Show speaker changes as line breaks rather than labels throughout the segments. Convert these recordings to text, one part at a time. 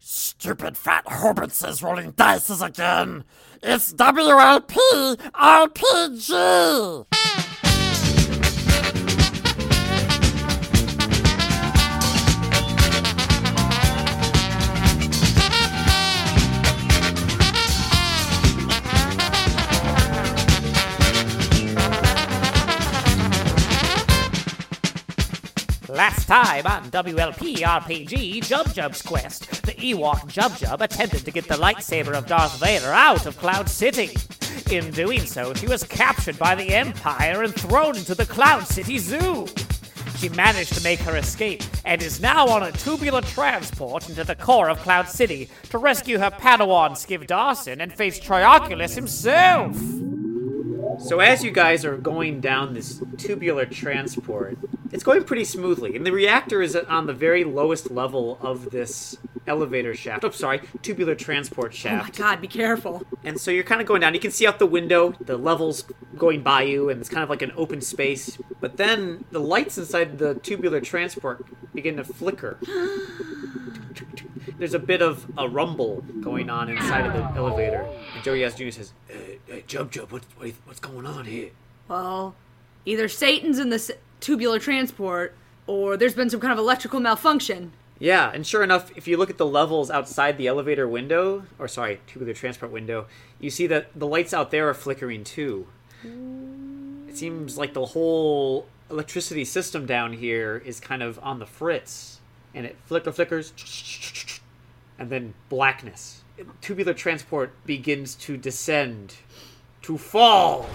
Stupid fat hobbitses rolling dices again. It's WLP RPG.
Last time on WLP RPG, Jub Jub's quest, the Ewok Jub Jub attempted to get the lightsaber of Darth Vader out of Cloud City. In doing so, she was captured by the Empire and thrown into the Cloud City Zoo. She managed to make her escape and is now on a tubular transport into the core of Cloud City to rescue her Padawan Skiv Dawson and face Trioculus himself. So as you guys are going down this tubular transport, it's going pretty smoothly, and the reactor is on the very lowest level of this elevator shaft. I'm sorry, tubular transport
Oh my
shaft.
god, be careful.
and so you're kind of going down. You can see out the window, the levels going by you, and it's kind of like an open space. But then the lights inside the tubular transport begin to flicker. There's a bit of a rumble going on inside of the elevator. And Joey Ass Jr. says, "Hey, hey, Jub Jub, what, what, what's going on here?"
Well, either Satan's in this tubular transport, or there's been some kind of electrical malfunction.
Yeah, and sure enough, if you look at the levels outside the elevator window, or sorry, tubular transport window, you see that the lights out there are flickering too. It seems like the whole electricity system down here is kind of on the fritz, and it flicker flickers, and then blackness. Tubular transport begins to descend, to fall.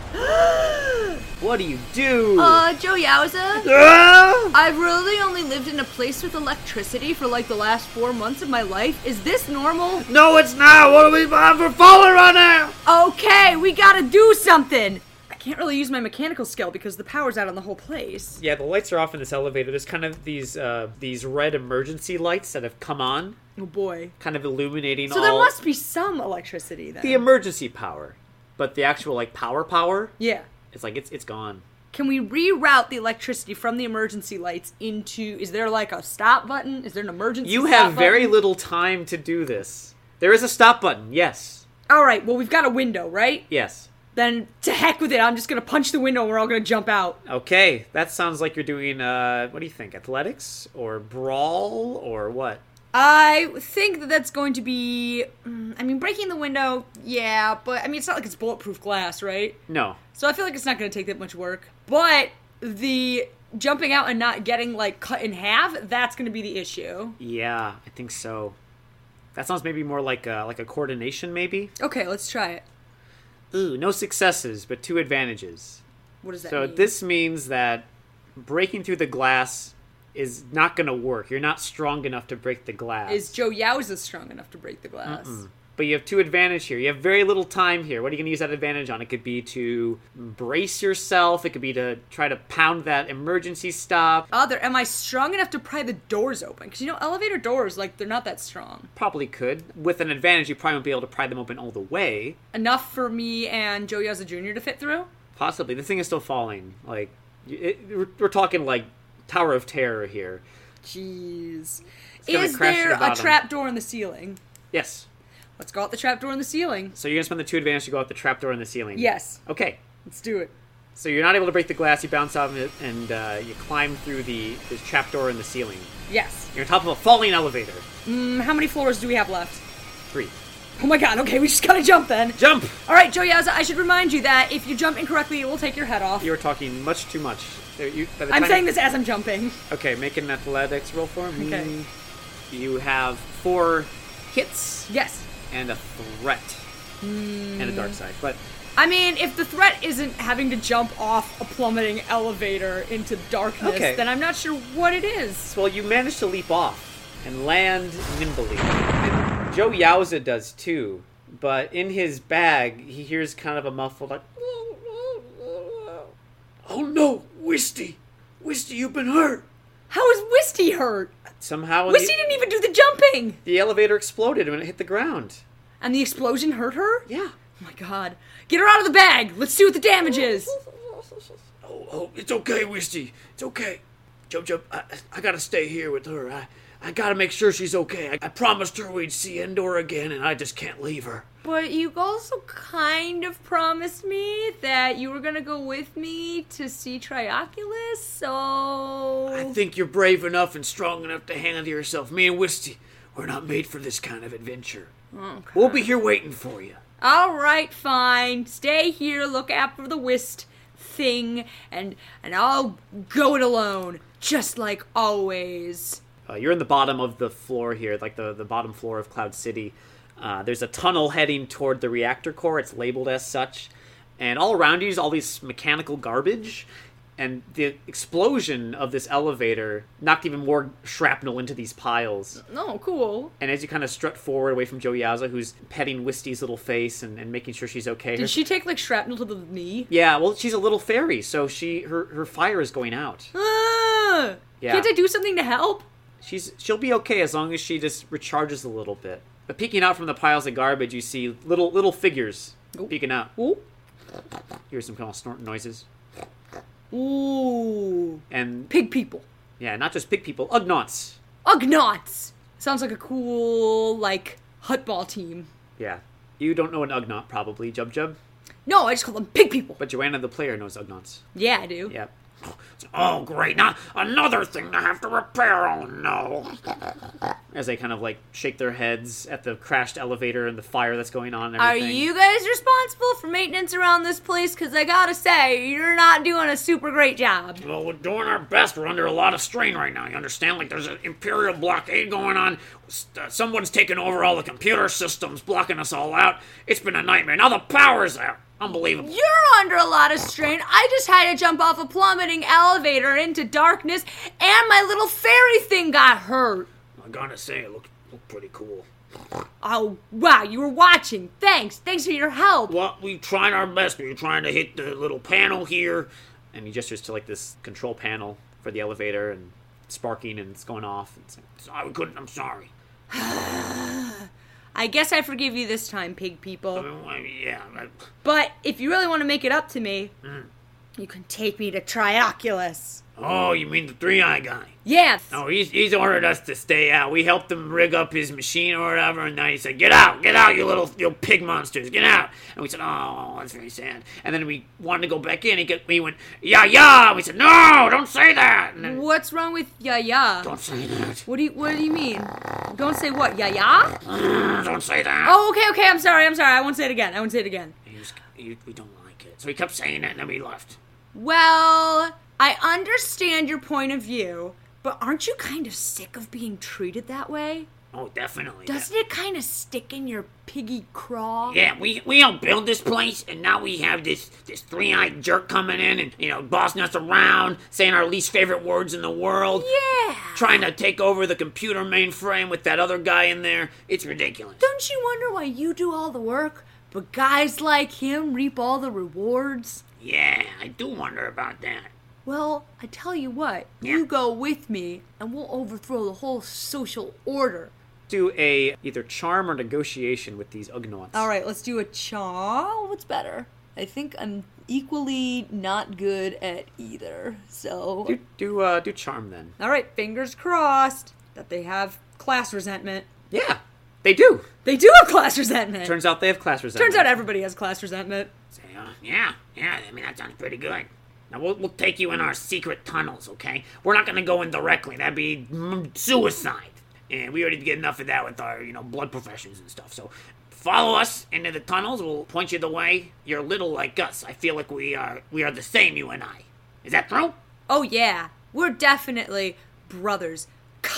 what do you do?
Uh, Joe Yowza,
Ah!
I've really only lived in a place with electricity for like the last four months of my life. Is this normal?
No, it's not. What do we have for falling right now?
Okay, we gotta do something! I can't really use my mechanical skill because the power's out on the whole place.
Yeah, the lights are off in this elevator. There's kind of these uh, these red emergency lights that have come on,
Oh boy.
kind of illuminating
So
all
there must be some electricity then.
Oh. the emergency power, but the actual like power power,
yeah.
it's like it's it's gone.
Can we reroute the electricity from the emergency lights into? Is there like a stop button? Is there an emergency?
You
stop
have very
button?
little time to do this. There is a stop button. Yes,
All right. Well, we've got a window, right?
yes.
Then to heck with it. I'm just gonna punch the window. and We're all gonna jump out.
Okay, that sounds like you're doing. Uh, what do you think? Athletics or brawl or what?
I think that that's going to be. mm, I mean, breaking the window. Yeah, but I mean, it's not like it's bulletproof glass, right?
No,
So I feel like it's not gonna take that much work. But the jumping out and not getting like cut in half. That's gonna be the issue.
Yeah, I think so. That sounds maybe more like a, like a coordination, maybe.
Okay, let's try it.
Ooh, no successes, but two advantages.
What does that
So
mean?
this means that breaking through the glass is not going to work. You're not strong enough to break the glass.
Is Joe Yowza strong enough to break the glass?
but you have two advantage here. You have very little time here. What are you going to use that advantage on? It could be to brace yourself. It could be to try to pound that emergency stop.
Other, am I strong enough to pry the doors open? Because you know, elevator doors, like, they're not that strong.
Probably could. With an advantage, you probably won't be able to pry them open all the way.
Enough for me and Joe Yowza Jr. to fit through?
Possibly. This thing is still falling. Like, y- it, we're, we're talking like Tower of Terror here.
Jeez.
gonna
Is
crash to
there
the
a
bottom.
trap door in the ceiling?
Yes.
Let's go out the trap door in the ceiling.
So you're gonna spend the two advantage to go out the trapdoor in the ceiling.
Yes,
Okay.
let's do it.
So you're not able to break the glass. You bounce off of it, and uh, you climb through the, the trapdoor in the ceiling.
Yes.
You're on top of a falling elevator.
Mm, how many floors do we have left?
Three.
Oh my god, okay, we just gotta jump then.
Jump.
All right, Joe Yowza, I should remind you that if you jump incorrectly, it will take your head off.
You're talking much too much. There, you, by the
I'm
time
saying
you-
this as I'm jumping.
Okay, make an athletics roll for me.
Okay.
You have four hits
Yes.
and a threat and a
Hmm.
dark side, but
I mean, if the threat isn't having to jump off a plummeting elevator into darkness,
Okay.
then I'm not sure what it is.
Well, you manage to leap off and land nimbly. And Joe Yowza does too, but in his bag, he hears kind of a muffled, like, Oh no, Wisty! Wisty, you've been hurt!
How is Wisty hurt?
Somehow the,
Wisty didn't even do the jumping!
the elevator exploded when it hit the ground.
And the explosion hurt her?
Yeah.
Oh my god. Get her out of the bag! Let's see what the damage is!
Oh, oh, it's okay, Wisty. It's okay. Jump, jump. I, I gotta stay here with her. I,
I gotta make sure she's okay. I, I promised her we'd see Endor again, and I just can't leave her.
But you also kind of promised me that you were gonna go with me to see Trioculus, so
I think you're brave enough and strong enough to handle yourself. Me and Wisty, we're not made for this kind of adventure. We'll be here waiting for you.
all right, fine. Stay here, look out for the whist thing, and and I'll go it alone, just like always.
Uh, you're in the bottom of the floor here, like the, the bottom floor of Cloud City. Uh, there's a tunnel heading toward the reactor core. It's labeled as such. And all around you is all this mechanical garbage. And the explosion of this elevator knocked even more shrapnel into these piles.
Oh, cool.
And as you kind of strut forward away from Joey Yaza, who's petting Wisty's little face and, and making sure she's okay. her-
Did she take like shrapnel to the knee?
yeah, well, she's a little fairy, so she her, her fire is going out.
Ah!
Yeah.
Can't I do something to help?
She's she'll be okay as long as she just recharges a little bit. But peeking out from the piles of garbage, you see little little figures peeking out.
Ooh.
Hear some kind of snorting noises,
Ooh.
and
Pig people.
yeah, not just pig people, ugnaughts.
Ugnaughts! Sounds like a cool, like, hutball team.
Yeah, you don't know an ugnaught probably, Jub Jub,
No, I just call them pig people.
but Joanna the player knows ugnaughts.
Yeah, I do.
Yeah,
Oh, great. Now, another thing to have to repair. Oh, no.
as they kind of like shake their heads at the crashed elevator and the fire that's going on. And
Are
everything.
you guys responsible for maintenance around this place? Because I gotta say, you're not doing a super great job.
Well, we're doing our best. We're under a lot of strain right now. You understand? Like, there's an imperial blockade going on. S- uh, Someone's taking over all the computer systems, blocking us all out. It's been a nightmare. Now the power's out. Unbelievable.
You're under a lot of strain. I just had to jump off a plummeting elevator into darkness, and my little fairy thing got hurt.
I gotta say, it looked, looked pretty cool.
Oh, wow, you were watching. Thanks. Thanks for your help.
Well, we tried our best. We were trying to hit the little panel here.
And he gestures to like this control panel for the elevator and sparking and it's going off. It's like,
Sorry, we couldn't. I'm sorry.
I guess I forgive you this time, pig
I
people.
mean, well, yeah. I,
But if you really want to make it up to me, you can take me to Trioculus.
oh, you mean the three eye guy?
Yes.
Oh,
No, Oh, he's, he's ordered us to stay out. We helped him rig up his machine or whatever, and then he said, "Get out, get out, you little you pig monsters, get out!" And we said, "Oh, that's very sad." And then we wanted to go back in. He get, we went, "Yeah, yeah." We said, "No, don't say that." And then,
What's wrong with Yaya?
don't say that.
What do you What do you mean? Don't say what Yaya?
Mm, Don't say that.
Oh, okay, okay. I'm sorry. I'm sorry. I won't say it again. I won't say it again.
He was, he, we don't like it. So he kept saying it, and then we left.
Well, I understand your point of view, but aren't you kind of sick of being treated that way?
Oh, definitely.
Doesn't it kind of stick in your piggy craw?
Yeah, we we helped build this place, and now we have this this three eyed jerk coming in and you know bossing us around, saying our least favorite words in the world.
Yeah.
Trying to take over the computer mainframe with that other guy in there. It's ridiculous.
Don't you wonder why you do all the work, but guys like him reap all the rewards?
Yeah, I do wonder about that.
Well, I tell you what, you go with me and we'll overthrow the whole social order.
do a either charm or negotiation with these ugnaughts.
All right, let's do a chaw. What's better? I think I'm equally not good at either. So,
Do do uh, do charm then.
all right, fingers crossed that they have class resentment.
Yeah, they do.
They do have class resentment. Turns,
Turns out they have class resentment.
out everybody has class resentment.
Say, uh, yeah, yeah. I mean that sounds pretty good. Now we'll we'll take you in our secret tunnels, okay? We're not gonna go in directly. That'd be mm, suicide. And we already get enough of that with our you know blood professions and stuff. So. Follow us into the tunnels. We'll point you the way. You're little like us. I feel like we are we are the same, you and I. Is that true?
Oh yeah, we're definitely brothers,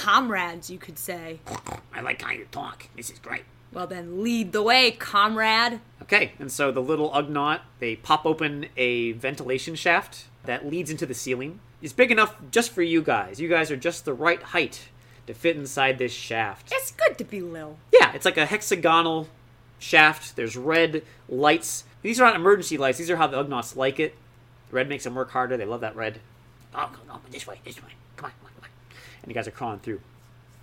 comrades, you could say.
I like how you talk. This is great.
Well then, lead the way, comrade.
Okay, and so the little ugnaut they pop open a ventilation shaft that leads into the ceiling. It's big enough just for you guys. You guys are just the right height to fit inside this shaft.
It's good to be Lil.
Yeah, it's like a hexagonal shaft. There's red lights. These are not emergency lights. These are how the ugnaughts like it. Red makes them work harder. They love that red.
Oh, come on, this way, this way. Come on, come on, come on.
And you guys are crawling through.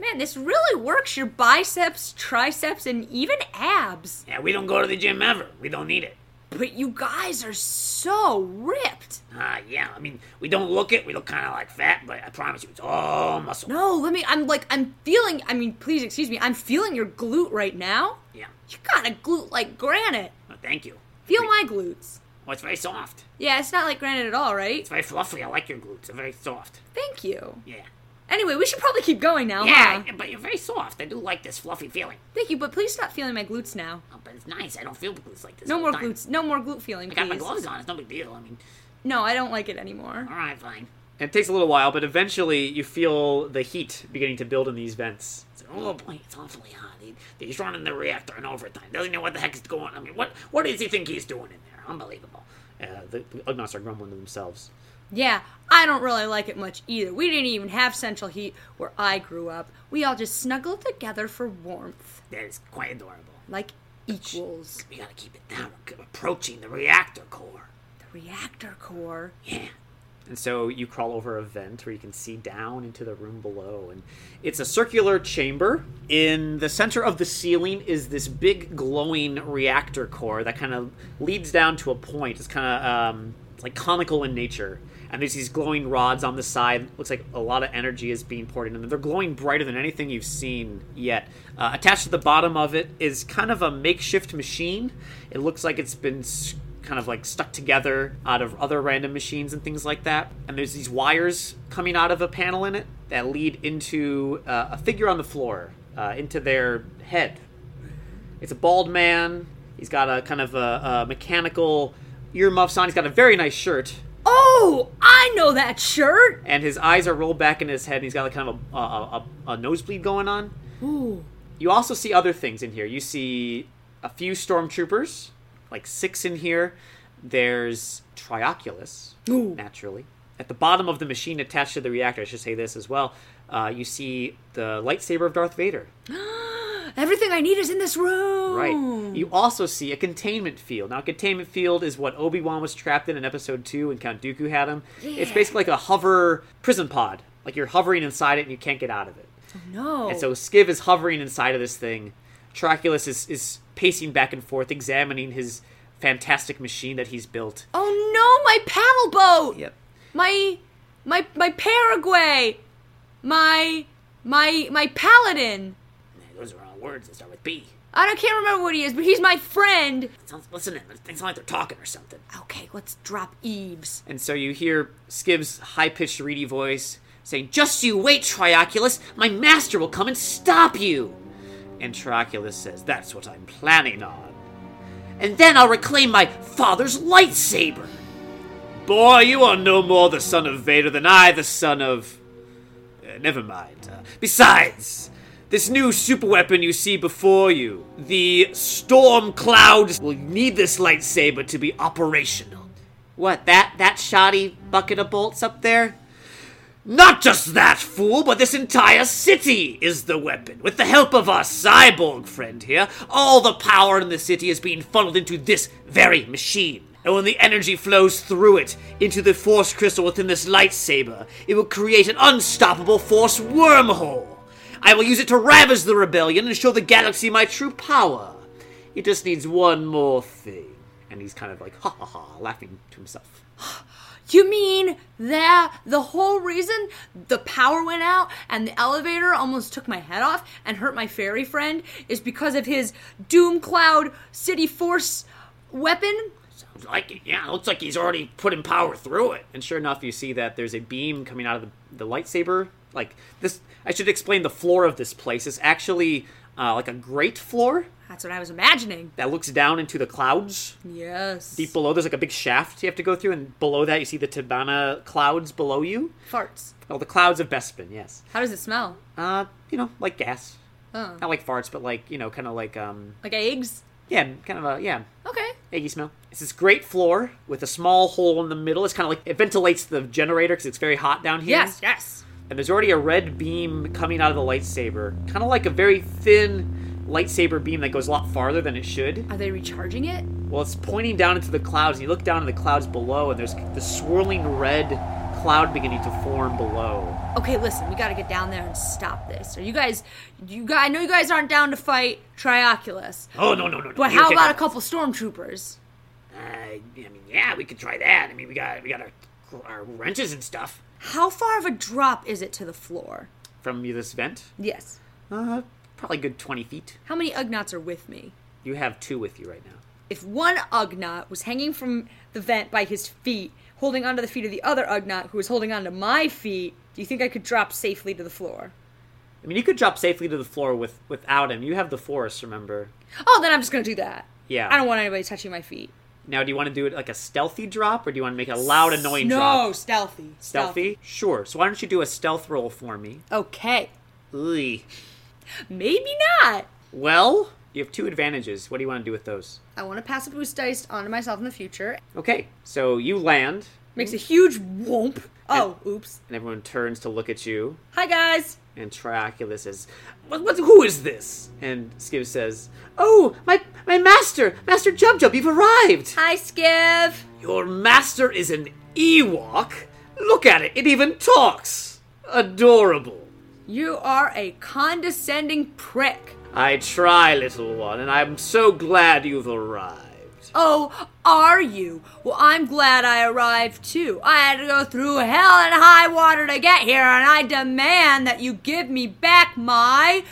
Man, this really works your biceps, triceps, and even abs.
Yeah, we don't go to the gym ever. We don't need it.
But you guys are so ripped.
Ah, yeah. I mean, we don't look it. We look kind of like fat, but I promise you, it's all muscle.
No, let me. I'm like, I'm feeling. I mean, please excuse me. I'm feeling your glute right now.
Yeah.
You got a glute like granite.
Well, thank you.
Feel my glutes.
Well, it's very soft.
Yeah, it's not like granite at all, right?
It's very fluffy. I like your glutes. They're very soft.
Thank you.
Yeah.
Anyway, we should probably keep going now,
Yeah,
huh?
but you're very soft. I do like this fluffy feeling.
Thank you, but please stop feeling my glutes now.
Oh, but it's nice. I don't feel glutes like this.
No
all
more
the time.
glutes. No more glute feeling,
I
please.
got my gloves on. It's no big deal. I mean,
No, I don't like it anymore.
all right, fine.
And it takes a little while, but eventually you feel the heat beginning to build in these vents.
It's, oh boy, it's awfully hot. He, he's running the reactor in overtime. Doesn't know what the heck is going. on. I mean, what what does he think he's doing in there? Unbelievable.
Uh, the, the Ugnaughts are grumbling to themselves.
Yeah, I don't really like it much either. We didn't even have central heat where I grew up. We all just snuggled together for warmth,
That is quite adorable.
like equals.
We gotta keep it down. We're c- approaching the reactor core.
The reactor core.
Yeah.
And so you crawl over a vent where you can see down into the room below. And it's a circular chamber. In the center of the ceiling is this big glowing reactor core that kind of leads down to a point. It's kind of um, it's like conical in nature. And there's these glowing rods on the side. Looks like a lot of energy is being poured into them. They're glowing brighter than anything you've seen yet. Uh, attached to the bottom of it is kind of a makeshift machine. It looks like it's been s- kind of like stuck together out of other random machines and things like that. And there's these wires coming out of a panel in it that lead into uh, a figure on the floor, uh, into their head. It's a bald man. He's got a kind of a, a mechanical earmuffs on. He's got a very nice shirt,
Oh, I know that shirt.
and his eyes are rolled back in his head. And he's got like kind of a, a, a, a nosebleed going on.
Ooh.
You also see other things in here. You see a few stormtroopers, like six in here. There's Trioculus,
Ooh.
naturally. At the bottom of the machine attached to the reactor, I should say this as well, uh, you see the lightsaber of Darth Vader.
Everything I need is in this room.
Right. You also see a containment field. Now, a containment field is what Obi Wan was trapped in in Episode Two, and Count Dooku had him. It's basically like a hover prison pod. Like you're hovering inside it and you can't get out of it.
No.
And so Skiv is hovering inside of this thing. Traculus is, is pacing back and forth, examining his fantastic machine that he's built.
oh no, my paddle boat.
Yep.
My my my Paraguay. My my my paladin.
Yeah, Those are all words that start with P.
I don't can't remember what he is, but he's my friend.
It sounds, listen to them. It sounds like they're talking or something.
Okay, let's drop Eves.
And so you hear Skiv's high pitched, reedy voice saying, Just you wait, Trioculus! My master will come and stop you! And Trioculus says, That's what I'm planning on.
And then I'll reclaim my father's lightsaber.
Boy, you are no more the son of Vader than I, the son of. Uh, never mind. Uh, besides, this new superweapon you see before you, the Storm Cloud, will need this lightsaber to be operational. What, that, that shoddy bucket of bolts up there? Not just that, fool, but this entire city is the weapon. With the help of our cyborg friend here, all the power in the city is being funneled into this very machine. And when the energy flows through it into the force crystal within this lightsaber, it will create an unstoppable force wormhole. I will use it to ravage the rebellion and show the galaxy my true power. It just needs one more thing. And he's kind of like, ha ha ha, laughing to himself.
You mean that the whole reason the power went out and the elevator almost took my head off and hurt my fairy friend is because of his Doom Cloud City Force weapon?
Sounds like it. Yeah, looks like he's already putting power through it.
and sure enough you see that there's a beam coming out of the, the lightsaber like this i should explain the floor of this place is actually uh, like a grate floor
That's what I was imagining.
that looks down into the clouds
Yes.
deep below there's like a big shaft you have to go through and below that you see the tabana clouds below you
Farts.
oh the clouds of bespin yes
How does it smell?
uh you know like gas
Oh.
not like farts but like you know kind of like um
Like eggs?
yeah kind of a yeah
Okay.
Eggy smell. It's this great floor with a small hole in the middle. It's kind of like it ventilates the generator because it's very hot down here.
Yes, yes.
and there's already a red beam coming out of the lightsaber, kind of like a very thin lightsaber beam that goes a lot farther than it should.
Are they recharging it?
Well, it's pointing down into the clouds. You look down at the clouds below, and there's the swirling red cloud beginning to form below.
Okay, listen, we gotta get down there and stop this. Are you guys you guys I know you guys aren't down to fight Trioculus.
Oh no no no no!
But
You
how
kick
about a
him.
couple stormtroopers?
Uh, I mean, yeah, we could try that. I mean, we got we got our, our wrenches and stuff
How far of a drop is it to the floor?
from you this vent.
Yes.
Uh, probably good twenty feet.
How many Ugnots are with me?
You have two with you right now.
If one Ugnot was hanging from the vent by his feet, holding onto the feet of the other Ugnot who was holding onto my feet, do you think I could drop safely to the floor?
I mean, you could drop safely to the floor with without him. You have the force, remember?
Oh, then I'm just gonna do that.
Yeah.
I don't want anybody touching my feet.
Now, do you want to do it like a stealthy drop, or do you want to make a loud, annoying
no,
drop?
stealthy.
Stealthy? Sure. So why don't you do a stealth roll for me?
Okay.
Ooh.
Maybe not.
Well, you have two advantages. What do you want to do with those?
I want to pass a boost dice onto myself in the future.
Okay, so you land,
Makes a huge whoomp. Oh, oops.
and everyone turns to look at you,
Hi guys.
and Trioculus says, what, what, Who is this? And Skib says, Oh, my, my master, Master Jub Jub, you've arrived!
Hi Skiv.
Your master is an Ewok? Look at it, it even talks! Adorable.
You are a condescending prick.
I try, little one, and I'm so glad you've arrived.
Oh, are you? Well, I'm glad I arrived too. I had to go through hell and high water to get here, and I demand that you give me back my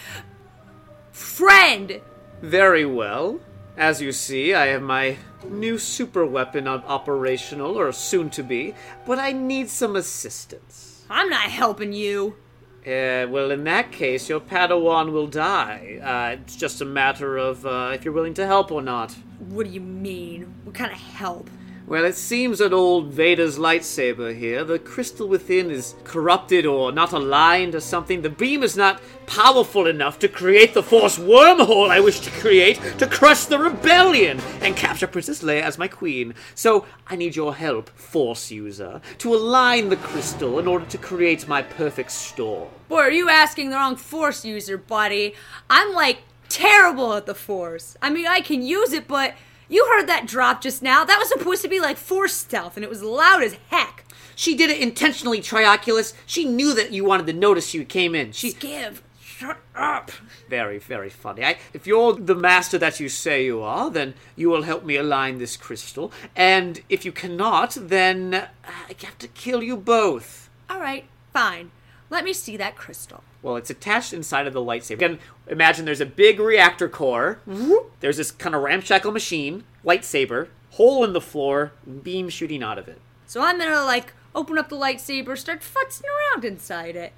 friend.
Very well. As you see, I have my new super weapon on operational, or soon to be, but I need some assistance.
I'm not helping you.
Uh, well, in that case, your Padawan will die. Uh, it's just a matter of uh, if you're willing to help or not.
What do you mean? What kind of help?
Well, it seems that old Vader's lightsaber here, the crystal within is corrupted or not aligned or something. The beam is not powerful enough to create the force wormhole I wish to create to crush the rebellion and capture Princess Leia as my queen. So I need your help, force user, to align the crystal in order to create my perfect storm.
Boy, are you asking the wrong force user, buddy? I'm like terrible at the force. I mean, I can use it, but you heard that drop just now. That was supposed to be like force stealth, and it was loud as heck.
She did it intentionally, Trioculus. She knew that you wanted to notice you came in. She
Give.
Shut up! Very, very funny. I, if you're the master that you say you are, then you will help me align this crystal. And if you cannot, then uh, I have to kill you both.
All right, fine. Let me see that crystal.
Well, it's attached inside of the lightsaber. Again, imagine there's a big reactor core. Whoop. There's this kind of ramshackle machine, lightsaber, hole in the floor, beam shooting out of it.
So I'm gonna like open up the lightsaber, start futzing around inside it.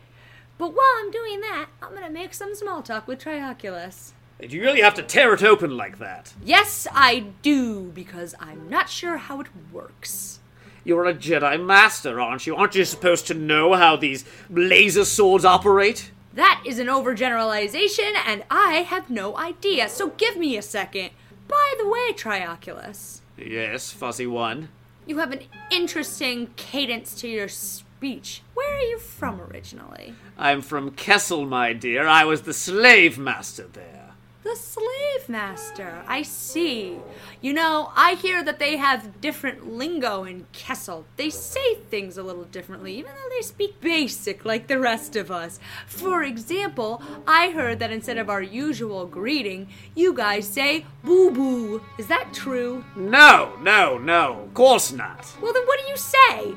But while I'm doing that, I'm gonna make some small talk with Trioculus.
Do you really have to tear it open like that?
Yes, I do, because I'm not sure how it works.
You're a Jedi Master, aren't you? Aren't you supposed to know how these laser swords operate?
That is an overgeneralization, and I have no idea, so give me a second. By the way, Trioculus,
Yes, Fuzzy One.
you have an interesting cadence to your speech. Where are you from originally?
I'm from Kessel, my dear. I was the slave master there.
The slave master. I see. You know, I hear that they have different lingo in Kessel. They say things a little differently, even though they speak basic like the rest of us. For example, I heard that instead of our usual greeting, you guys say boo boo. Is that true?
No, no, no. Of course not.
Well, then what do you say?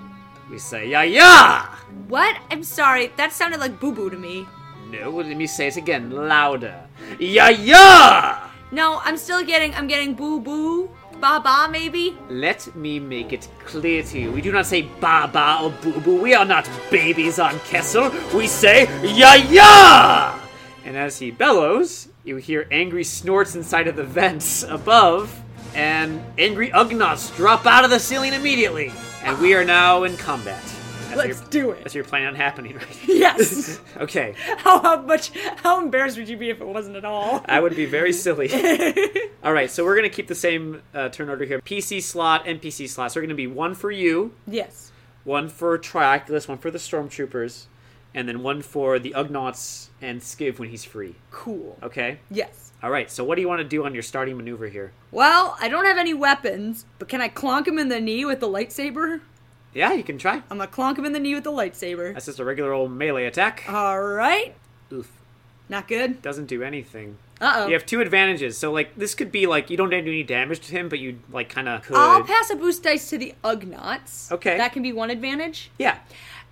We say ya ya.
What? I'm sorry, that sounded like boo boo to me.
No, let me say it again, louder. Ya ya.
No, I'm still getting, I'm getting boo boo. Ba ba, maybe?
Let me make it clear to you. We do not say ba ba or boo boo. We are not babies on Kessel. We say ya ya. And as he bellows, you hear angry snorts inside of the vents above, and angry Ugnots drop out of the ceiling immediately. And we are now in combat. That's
Let's do it.
That's your plan on happening, right?
Yes!
okay.
how, how much how embarrassed would you be if it wasn't at all
I would be very silly. All right, so we're gonna keep the same uh, turn order here. PC slot, NPC slots. They're gonna be one for you,
yes
one for Trioculus, one for the Stormtroopers, and then one for the Ugnaughts and Skiv when he's free.
cool
Okay?
yes
All right, so what do you want to do on your starting maneuver here?
well i don't have any weapons but can i clonk him in the knee with the lightsaber
Yeah, you can try.
i'm gonna clonk him in the knee with the lightsaber
That's just a regular old melee attack.
all right
Oof.
not good
Doesn't do anything.
Uh-oh.
You have two advantages. So like this could be like you don't do any damage to him, but you like kind of could.
I'll pass a boost dice to the Ugnaughts.
Okay.
That can be one advantage.
Yeah.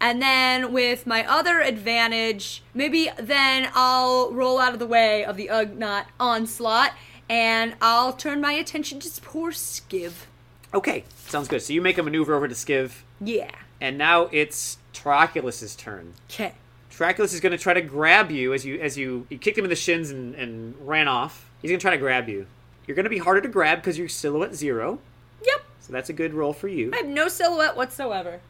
And then with my other advantage, maybe then I'll roll out of the way of the Ugnaught onslaught and I'll turn my attention to poor Skiv.
Okay. Sounds good. So you make a maneuver over to Skiv,
Yeah.
and now it's Trioculus' turn.
Okay.
Trioculus is going to try to grab you as you as you, you kicked him in the shins and, and ran off. He's going to try to grab you. You're going to be harder to grab because you're silhouette zero,
Yep.
so that's a good roll for you.
I have no silhouette whatsoever.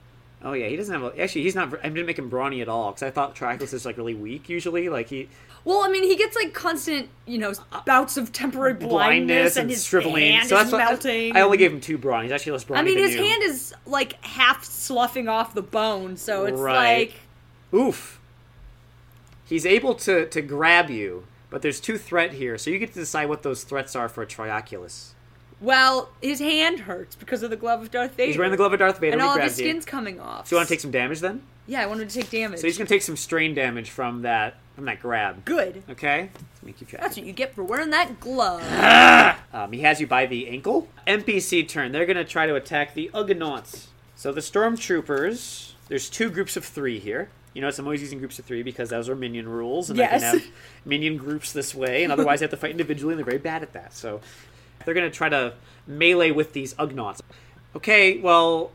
Oh yeah, he doesn't have. A, actually, he's not. I didn't make him brawny at all because I thought Trioculus is like really weak usually. Like he
Well, I mean, he gets like constant, you know, bouts of temporary blindness,
blindness
and,
and,
his
shriveling.
hand
so
is
that's what-
melting.
I only gave him two brawny. He's actually less brawny.
I mean,
than
his
you.
hand is like half sloughing off the bone, so it's
Right.
like
Oof. He's able to to grab you, but there's two threat here, so you get to decide what those threats are for Trioculus.
Well, his hand hurts because of the glove of Darth Vader.
He's wearing the glove of Darth Vader.
and
when he
all of his
grabs you.
skin's coming off.
Do you want to take some damage then?
Yeah, I wanted to take damage.
So he's gonna take some strain damage from that from that grab.
Good.
Okay. Let's make you check.
That's what you get for wearing that glove.
Um, he has you by the ankle. NPC turn. They're going to try to attack the Ugnaughts. So the Stormtroopers, there's two groups of three here. You notice I'm always using groups of three because those are minion rules, and I
Yes.
can have minion groups this way, and otherwise they have to fight individually, and they're very bad at that. So they're going to try to melee with these Ugnaughts. Okay, well,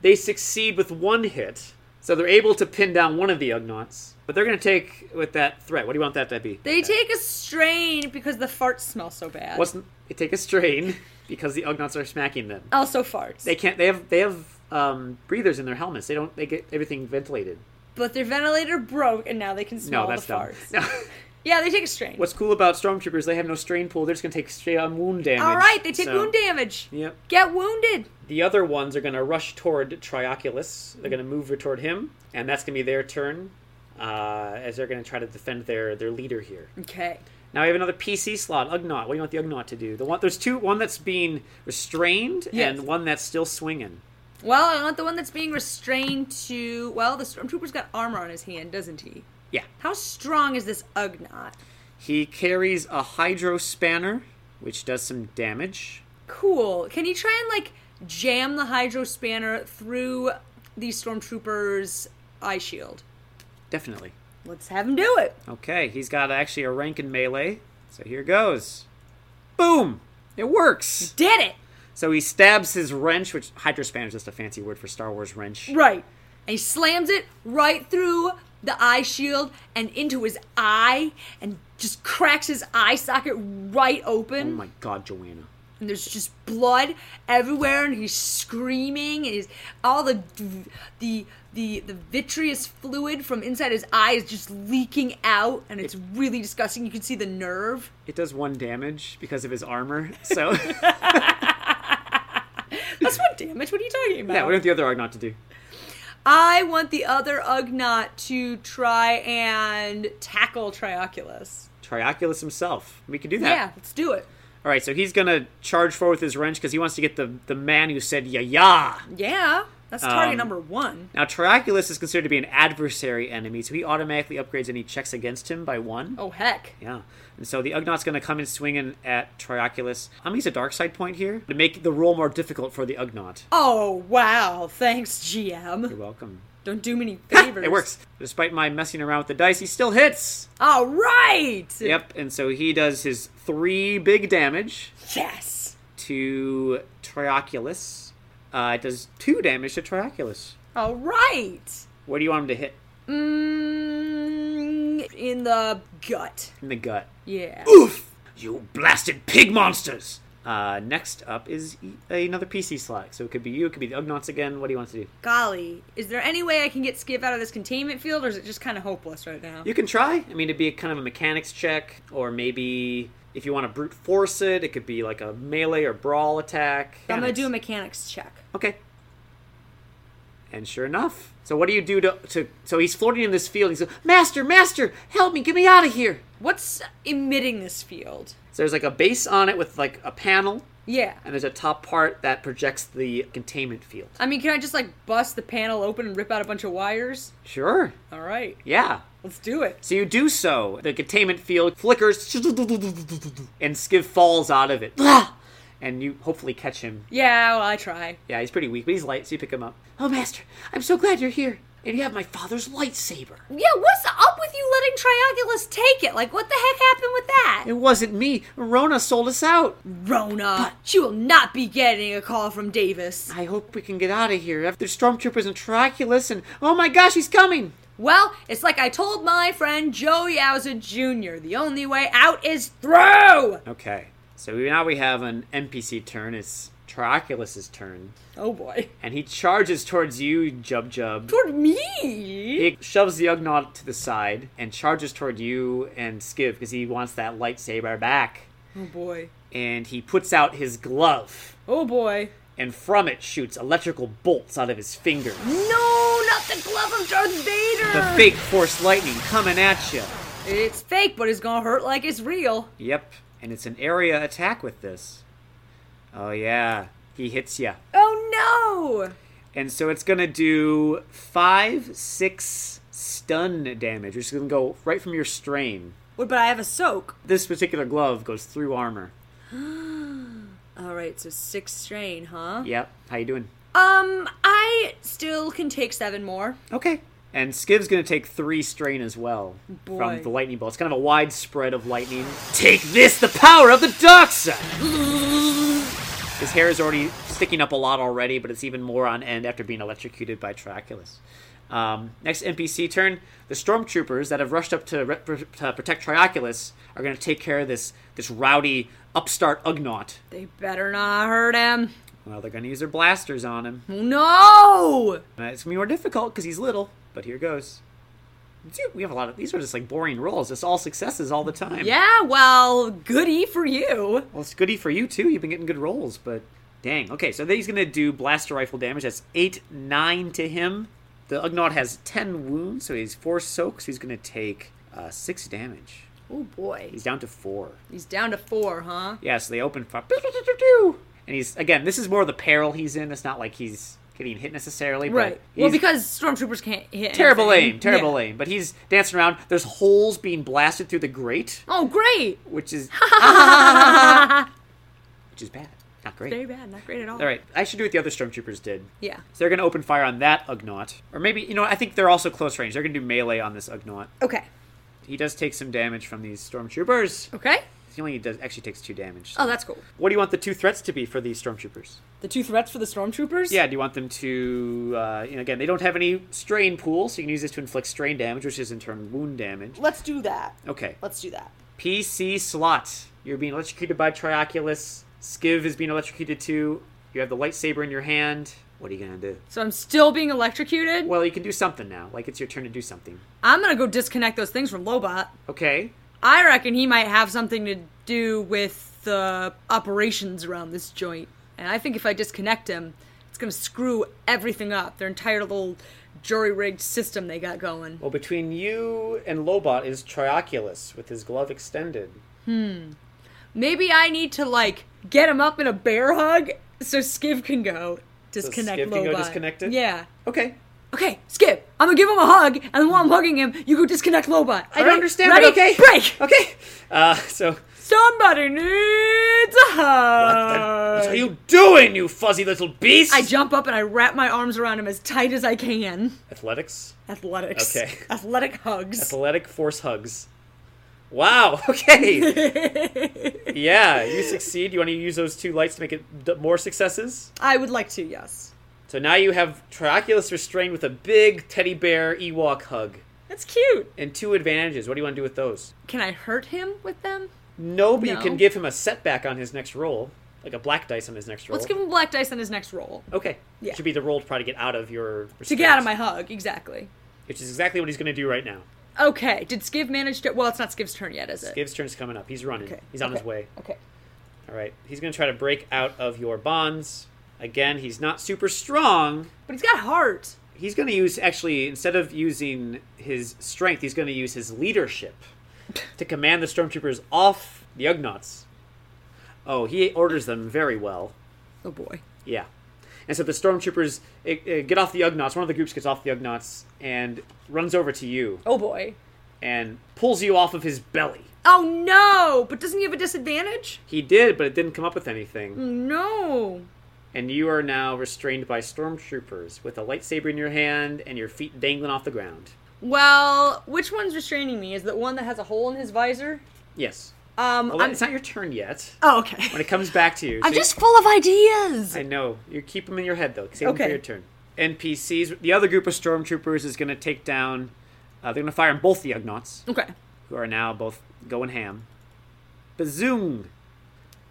they succeed with one hit, so they're able to pin down one of the Ugnaughts. But they're going to take with that threat. What do you want that to be?
They take a strain because the farts smell so bad.
What's, they take a strain because the Ugnaughts are smacking them.
also farts.
they can't they have they have um, breathers in their helmets they don't they get everything ventilated
but their ventilator broke and now they can smell
no that's
the
dumb
farts.
no.
Yeah, they take a strain.
what's cool about stormtroopers they have no strain pool they're just gonna take straight on wound damage
all right, they take
So-
wound damage.
yep
Get wounded.
the other ones are gonna rush toward trioculus they're gonna move toward him and that's gonna be their turn uh, as they're gonna try to defend their their leader here
Okay.
now we have another pc slot ugnaught what do you want the ugnaught to do the one there's two one that's being restrained
Yes.
and one that's still swinging
Well, I want the one that's being restrained to. Well, the stormtrooper's got armor on his hand, doesn't he?
yeah
How strong is this Ugnaught?
He carries a hydro spanner, which does some damage.
Cool. Can you try and like jam the hydro spanner through the stormtrooper's eye shield?
Definitely.
Let's have him do it.
Okay, he's got actually a rank in melee. So here goes. Boom! It works!
Did it.
So he stabs his wrench, which hydro spanner is just a fancy word for Star Wars wrench.
Right. And he slams it right through the eye shield and into his eye and just cracks his eye socket right
Oh
open.
my god, Joanna.
and there's just blood everywhere and he's screaming and he's all the the the the vitreous fluid from inside his eye is just leaking out and it's really disgusting you can see the nerve
It does one damage because of his armor. So
that's what damage what are you talking about
yeah, what did the other Argonaut to do?
i want the other ugnaught to try and tackle trioculus
Trioculus himself. We could do
yeah,
that.
let's do it
Alright, so he's gonna charge forward with his wrench because he wants to get the, the man who said ya ya.
yeah that's target
Um,
number one
Now, Trioculus is considered to be an adversary enemy, so he automatically upgrades any checks against him by one.
oh heck
Yeah. And so the Ugnaught's going to come in swinging at Trioculus. I'm going to use a dark side point here to make the roll more difficult for the Ugnaught.
oh wow thanks gm
You're welcome.
don't do me any favors
It works. Despite my messing around with the dice, he still hits.
all right
Yep. And so he does his three big damage
yes
to Trioculus. Uh, it does two damage to Trioculus.
All right.
Where do you want him to hit?
Mm, in the gut.
In the gut.
Yeah.
You blasted pig monsters! Uh, next up is e- another PC slot. So it could be you, it could be the Ugnaughts again. What do you want to do?
Golly, is there any way I can get Skip out of this containment field, or is it just kind of hopeless right now?
You can try. I mean, it'd be a kind of a mechanics check, or maybe if you want to brute force it, it could be like a melee or brawl attack.
I'm gonna do a mechanics check.
Okay. And sure enough. So what do you do to, to so he's floating in this field. He's like, Master, Master, help me, get me out of here.
What's emitting this field?
So there's like a base on it with like a panel,
Yeah.
and there's a top part that projects the containment field.
I mean, can I just like bust the panel open and rip out a bunch of wires?
Sure.
All right.
Yeah.
Let's do it.
So you do so. The containment field flickers, and Skiv falls out of it. And you hopefully catch him.
Yeah, well, I try.
Yeah, he's pretty weak, but he's light, so you pick him up. Oh, Master, I'm so glad you're here. And you have my father's lightsaber.
Yeah, what's up with you letting Trioculus take it? Like, what the heck happened with that?
It wasn't me. Rona sold us out.
Rona, she will not be getting a call from Davis.
I hope we can get out of here. After stormtroopers and Traculus and oh my gosh, he's coming!
Well, it's like I told my friend Joe Yowza Jr. The only way out is through.
Okay, so we- now we have an NPC turn. It's Traculus's turn,
Oh boy.
and he charges towards you, Jub Jub.
Toward me?
He shoves the Ugnaught to the side and charges toward you and Skiv because he wants that lightsaber back.
Oh boy.
And he puts out his glove,
Oh boy.
and from it shoots electrical bolts out of his fingers.
No, not the glove of Darth Vader.
The fake force lightning coming at you.
It's fake, but it's gonna hurt like it's real.
Yep, and it's an area attack with this. Oh yeah, he hits ya.
Oh no.
And so it's gonna do five, six stun damage, which is gonna go right from your strain.
What? But I have a soak.
This particular glove goes through armor.
All right, so six strain, huh?
Yep, how you doing?
Um, I still can take seven more.
Okay. And Skiv's gonna take three strain as well
Boy.
from the lightning bolt. It's kind of a wide spread of lightning. Take this, the power of the dark side! His hair is already sticking up a lot already, but it's even more on end after being electrocuted by Traculus. Um, next NPC turn. The stormtroopers that have rushed up to, re- pr- to protect Trioculus are going to take care of this this rowdy upstart Ugnaught.
They better not hurt him.
Well, they're going to use their blasters on him.
No.
Uh, it's gonna be more difficult because he's little, but here goes. Zoop, We have a lot of these are just like boring rolls. It's all successes all the time.
Yeah, well, goody for you.
Well, it's goody for you too. You've been getting good rolls, but dang. Okay, so then he's gonna do blaster rifle damage. That's eight nine to him. The Ugnaught has ten wounds, so he's four soaks. He's gonna take uh, six damage.
Oh boy.
He's down to four.
He's down to four, huh?
Yeah, so they open fire. And he's again. This is more the peril he's in. It's not like he's getting hit necessarily. but
Right. Well,
he's-
because stormtroopers can't hit.
Terrible
anything.
aim, terrible
Yeah.
aim. But he's dancing around. There's holes being blasted through the grate,
Oh, great.
which is which is bad, not great.
Very bad. Not great at all.
All right, I should do what the other stormtroopers did.
Yeah.
So they're going to open fire on that Ugnaught, or maybe you know I think they're also close range. They're going to do melee on this Ugnaught.
Okay.
He does take some damage from these stormtroopers.
Okay.
He only does actually takes two damage.
Oh, that's cool.
What do you want the two threats to be for these stormtroopers?
The two threats for the stormtroopers.
Yeah, do you want them to? Uh, you know, again, they don't have any strain pool, so you can use this to inflict strain damage, which is in turn wound damage.
Let's do that.
Okay.
Let's do that.
PC slot. You're being electrocuted by Trioculus. Skiv is being electrocuted too. You have the lightsaber in your hand. What are you gonna do?
So I'm still being electrocuted.
Well, you can do something now. Like it's your turn to do something.
I'm gonna go disconnect those things from Lobot.
Okay.
I reckon he might have something to do with the operations around this joint. And I think if I disconnect him, it's gonna screw everything up. Their entire little jury rigged system they got going.
Well, between you and Lobot is Trioculus with his glove extended.
Maybe I need to like get him up in a bear hug so Skiv can go disconnect
Skiv can go
Lobot.
disconnect it?
Yeah.
Okay.
Okay, Skiv, I'm gonna give him a hug, and then while I'm hugging him, you go disconnect Lobot.
I don't understand,
Ready?
but okay.
Break.
Okay. Uh, so.
Somebody needs a hug.
what are you doing, you fuzzy little beast?
I jump up and I wrap my arms around him as tight as I can.
Athletics.
Athletics.
Okay.
Athletic hugs.
Athletic force hugs. Wow. Okay. yeah, you succeed. You want to use those two lights to make it d- more successes.
I would like to, yes.
So now you have Trioculus restrained with a big teddy bear Ewok hug
That's cute.
and two advantages. What do you want to do with those?
Can I hurt him with them?
No, but you
No.
can give him a setback on his next roll, like a black dice on his next roll.
Let's give him black dice on his next roll.
Okay.
Yeah.
Should be the roll to try to get out of your.
To get out of my hug, exactly.
Which is exactly what he's going to do right now.
Okay, did Skiv manage to. Well, it's not Skiv's turn yet, is it?
Gibbs' turn's coming up. He's running.
Okay.
He's on his
okay,
way.
Okay.
All right. He's going to try to break out of your bonds. Again, he's not super strong.
But he's got heart.
He's going to use, actually, instead of using his strength, he's going to use his leadership to command the stormtroopers off the Ugnaughts. Oh, he orders them very well.
Oh boy.
Yeah. And so the stormtroopers eh, eh, get off the Ugnaughts. One of the groups gets off the Ugnaughts and runs over to you.
Oh boy.
and pulls you off of his belly.
Oh no! But doesn't he have a disadvantage?
He did, but it didn't come up with anything.
Mm. No.
And you are now restrained by stormtroopers with a lightsaber in your hand and your feet dangling off the ground.
Well, which one's restraining me? Is the one that has a hole in his visor?
Yes.
Um,
Well,
I'm-
it's not your turn yet.
oh, okay.
When it comes back to you, so
I'm
you-
just full of ideas.
I know. You keep them in your head though. Save them
Okay.
for your turn. NPCs. The other group of stormtroopers is going to take down. Uh, they're going to fire on both the Ugnaughts,
Okay.
who are now both going ham. Bazoom!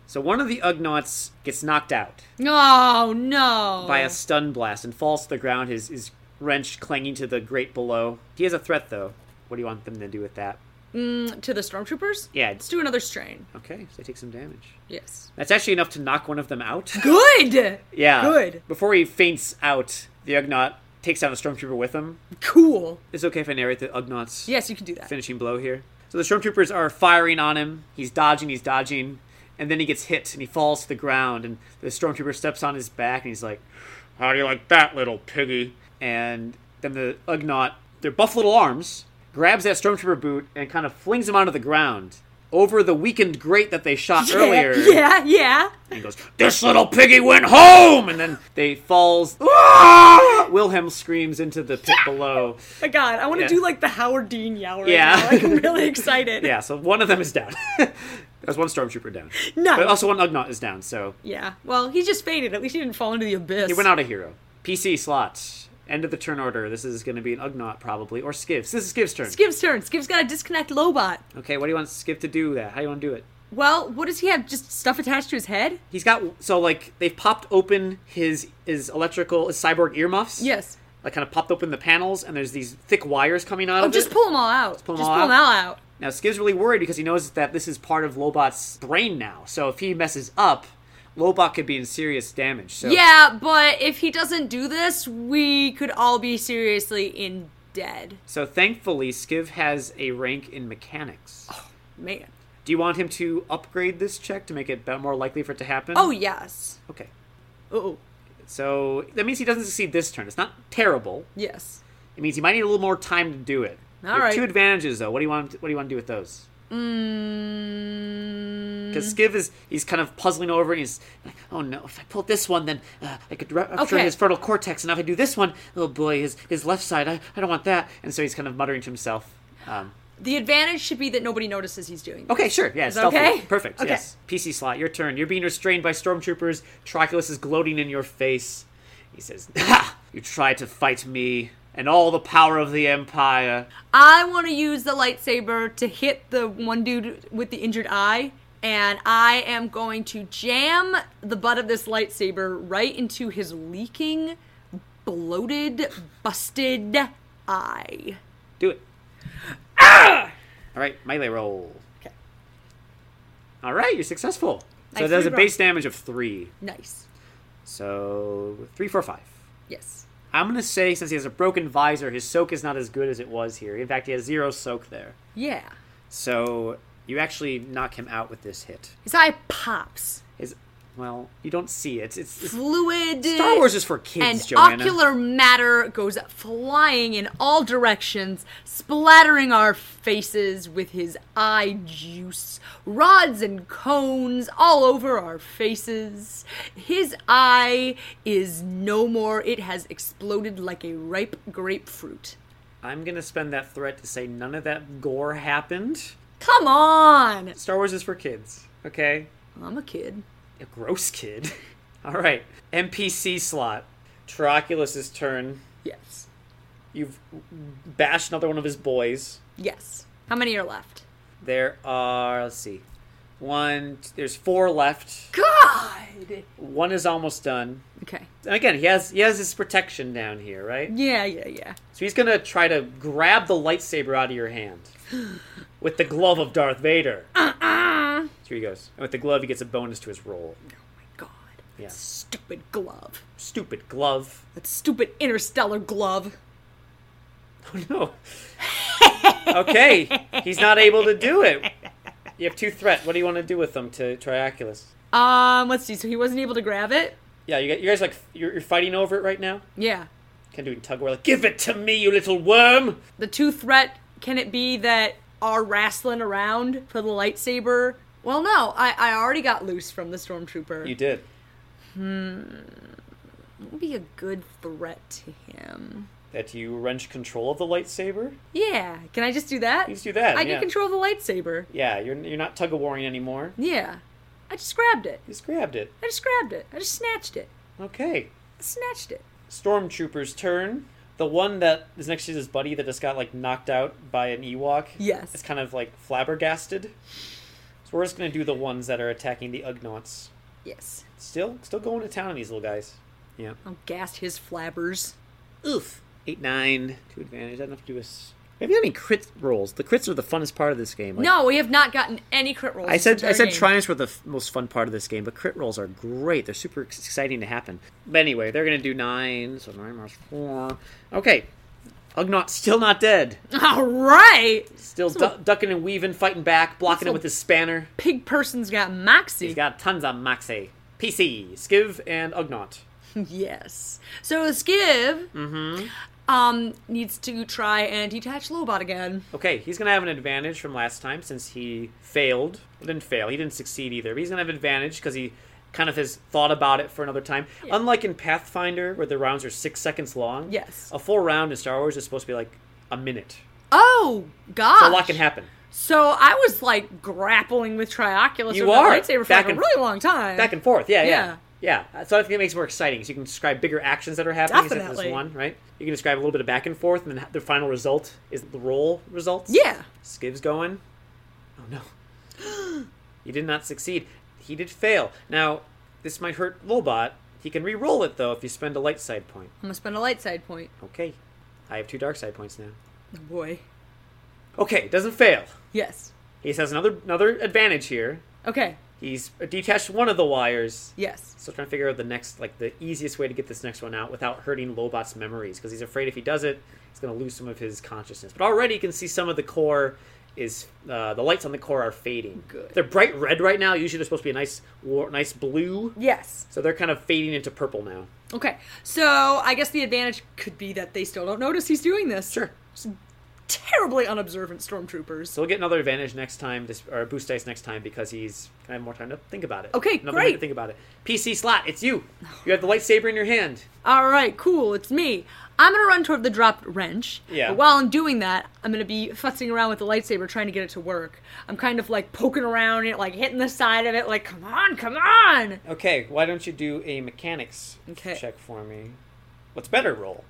So one of the Ugnaughts gets knocked out
Oh no.
by a stun blast and falls to the ground. His his wrench clanging to the grate below. He is a threat though. What do you want them to do with that?
Mm, to the stormtroopers.
Yeah. Oh.
Let's do another strain.
Okay, so they take some damage.
Yes.
That's actually enough to knock one of them out.
Good.
yeah.
Good.
Before he faints out, the Ugnaught takes down a stormtrooper with him.
Cool.
It's okay if I narrate the Ugnaughts
Yes, you can do that.
finishing blow here. So the stormtroopers are firing on him. He's dodging, he's dodging, and then he gets hit and he falls to the ground. And the stormtrooper steps on his back and he's like, "How do you like that, little piggy?" And then the Ugnaught, their buff little arms, grabs that stormtrooper boot and kind of flings him onto the ground over the weakened grate that they shot earlier.
Yeah. Yeah.
And he goes, "This little piggy went home!" And then they falls. Ah! Wilhelm screams into the pit below.
My God, I want to
Yeah.
do like the Howard Dean yowl right
Yeah.
now. Like, I'm really excited.
Yeah, so one of them is down. There's one stormtrooper down.
Nice.
But also one Ugnaught is down, so
Yeah. Well, he just faded. At least he didn't fall into the abyss.
he went out a hero. PC slots. End of the turn order. This is going to be an Ugnaught probably, or Skivs. This is Skiv's turn.
Skiv's turn. Skiv's got to disconnect Lobot.
Okay, what do you want Skiv to do? That how do you want to do it?
Well, what does he have? Just stuff attached to his head?
He's got so like they've popped open his his electrical his cyborg earmuffs.
Yes.
Like kind of popped open the panels, and there's these thick wires coming out
Oh,
of
just
it.
pull them all out. Just pull
'em
them
all
all,
out.
out.
Now Skiv's really worried because he knows that this is part of Lobot's brain now. So if he messes up, Lobot could be in serious damage. So
Yeah, but if he doesn't do this, we could all be seriously in dead.
So thankfully, Skiv has a rank in mechanics.
Man.
Do you want him to upgrade this check to make it be- more likely for it to happen?
Oh, yes.
Okay.
Oh,
So that means he doesn't succeed this turn. It's not terrible.
yes.
It means he might need a little more time to do it.
All
All right.
right.
Two advantages though. What do you want? what do you want to do with those?
Mm.
Because Skiv is he's kind of puzzling over and he's like, oh no, if I pull this one, then uh, I could re- rupture
Okay.
his frontal cortex, and if I do this one, oh boy, his his left side, I, I don't want that. And so he's kind of muttering to himself. Um,
The advantage should be that nobody notices he's doing this.
Okay, sure. Yeah,
that
stealthy.
okay?
Perfect.
Okay.
Yes. PC slot, your turn. You're being restrained by stormtroopers. Trioculus is gloating in your face. He says, "Ha! You tried to fight me and all the power of the empire."
I want to use the lightsaber to hit the one dude with the injured eye, and I am going to jam the butt of this lightsaber right into his leaking, bloated, busted eye.
Do it. All right, melee roll.
Ah! Okay.
All right, you're successful. So
Nice
it does a
reroll.
base damage of three.
Nice.
So three, four, five.
Yes.
I'm gonna say since he has a broken visor, his soak is not as good as it was here. In fact, he has zero soak there.
Yeah.
So you actually knock him out with this hit.
His eye pops.
is well, you don't see it. It's, it's
Fluid.
Star Wars is for kids,
and
Joanna.
ocular matter goes flying in all directions, splattering our faces with his eye juice, rods and cones all over our faces. His eye is no more, it has exploded like a ripe grapefruit.
I'm gonna spend that threat to say none of that gore happened.
Come on!
Star Wars is for kids. Okay,
I'm a kid.
a gross kid. All right, NPC slot. Trioculus's turn.
Yes.
You've bashed another one of his boys.
Yes. How many are left?
There are let's see, one. There's four left.
God!
One is almost done.
Okay.
And again, he has he has his protection down here, right?
Yeah, yeah, yeah.
So he's gonna try to grab the lightsaber out of your hand with the glove of Darth Vader. Uh-uh. So he goes. And with the glove, he gets a bonus to his roll.
God.
Yeah.
Stupid glove.
Stupid glove.
That stupid interstellar glove.
Oh no. okay, he's not able to do it. You have two threat. What do you want to do with them to Trioculus?
Um, let's see. So he wasn't able to grab it.
Yeah, you, got- you guys like you're, you're fighting over it right now.
Yeah,
Kind of doing tug of war. Like, give it to me, you little worm.
the two threat Can it be that our wrestling around for the lightsaber? Well, no, I, I already got loose from the stormtrooper.
You did.
It would be a good threat to him.
That you wrench control of the lightsaber?
Yeah, can I just do that?
You just do that,
I can
yeah.
control the lightsaber.
Yeah, you're, you're not tug of warring anymore. You
Yeah, I just grabbed it.
just grabbed it.
I just grabbed it. I just snatched it.
Okay.
I snatched it.
Stormtrooper's turn. The one that is next to his buddy that just got like knocked out by an Ewok.
Yes.
It's kind of like flabbergasted. So we're just gonna do the ones that are attacking the Ugnaughts.
Yes.
Still, still going to town on these little guys. Yeah.
I'll gast his flabbers.
Oof. Eight nine. Two advantage. I don't have to do a. s- Have you had any crit rolls? The crits are the funnest part of this game. Like,
No, we have not gotten any crit rolls.
I
this
said I
entire
said
game.
triumphs were the f- most fun part of this game, but crit rolls are great. They're super ex- exciting to happen. But anyway, they're gonna do nine, so nine minus four. Okay, Ugnaught still not dead.
All right,
Still du- ducking and weaving, fighting back, blocking him with his spanner.
pig person's got moxie.
He's got tons of moxie. PC, Skiv, and Ugnaught.
Yes. So Skiv
Mm-hmm.
um, needs to try and detach Lobot again.
Okay, he's gonna have an advantage from last time since he failed. Well, didn't fail. He didn't succeed either. But he's gonna have an advantage because he kind of has thought about it for another time. Unlike in Pathfinder, where the rounds are six seconds long.
Yes.
A full round in Star Wars is supposed to be like a minute.
Oh
So
God!
a lot can happen.
So I was like grappling with Trioculus
You
with
are.
that lightsaber for
Back
like, a
and-
really long time.
Back and forth. Yeah, yeah.
Yeah.
Yeah. So I think it makes it more exciting. So you can describe bigger actions that are happening instead of this
Definitely.
one, right? You can describe a little bit of back and forth, and then the final result is the roll results.
yeah.
Skiv's going. Oh no. he did not succeed. He did fail. Now, this might hurt Lobot. He can re-roll it though if you spend a light side point.
I'm gonna spend a light side point.
Okay. I have two dark side points now.
Oh, boy.
Okay, doesn't fail.
Yes.
He has another another advantage here.
Okay.
He's detached one of the wires.
Yes.
Still trying to figure out the next, like the easiest way to get this next one out without hurting Lobot's memories, because he's afraid if he does it, he's going to lose some of his consciousness. But already you can see some of the core is uh, the lights on the core are fading. Good. They're bright red right now. Usually they're supposed to be a nice, war- nice blue.
Yes.
So they're kind of fading into purple now.
Okay. So I guess the advantage could be that they still don't notice he's doing this.
Sure.
Terribly unobservant stormtroopers.
So we'll get another advantage next time, this, or boost dice next time, because he's gonna have more time to think about it.
Okay,
another minute to
great.
think about it. PC slot, it's you. You have the lightsaber in your hand.
All right, cool. It's me. I'm gonna run toward the dropped wrench.
Yeah.
But while I'm doing that, I'm gonna be futzing around with the lightsaber trying to get it to work. I'm kind of like poking around it, like hitting the side of it, like come on, come on.
Okay, why don't you do a mechanics
Okay.
check for me? What's better roll?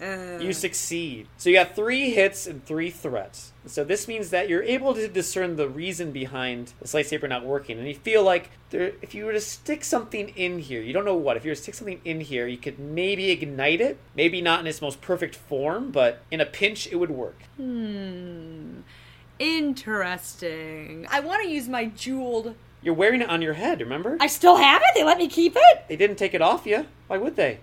you succeed. So you got three hits and three threats. So this means that you're able to discern the reason behind this lightsaber not working, and you feel like there, if you were to stick something in here, you don't know what. If you were to stick something in here, you could maybe ignite it. Maybe not in its most perfect form, but in a pinch, it would work.
Interesting. I want to use my jeweled.
You're wearing it on your head. Remember?
I still have it. They let me keep it
they didn't take it off you. Why would they?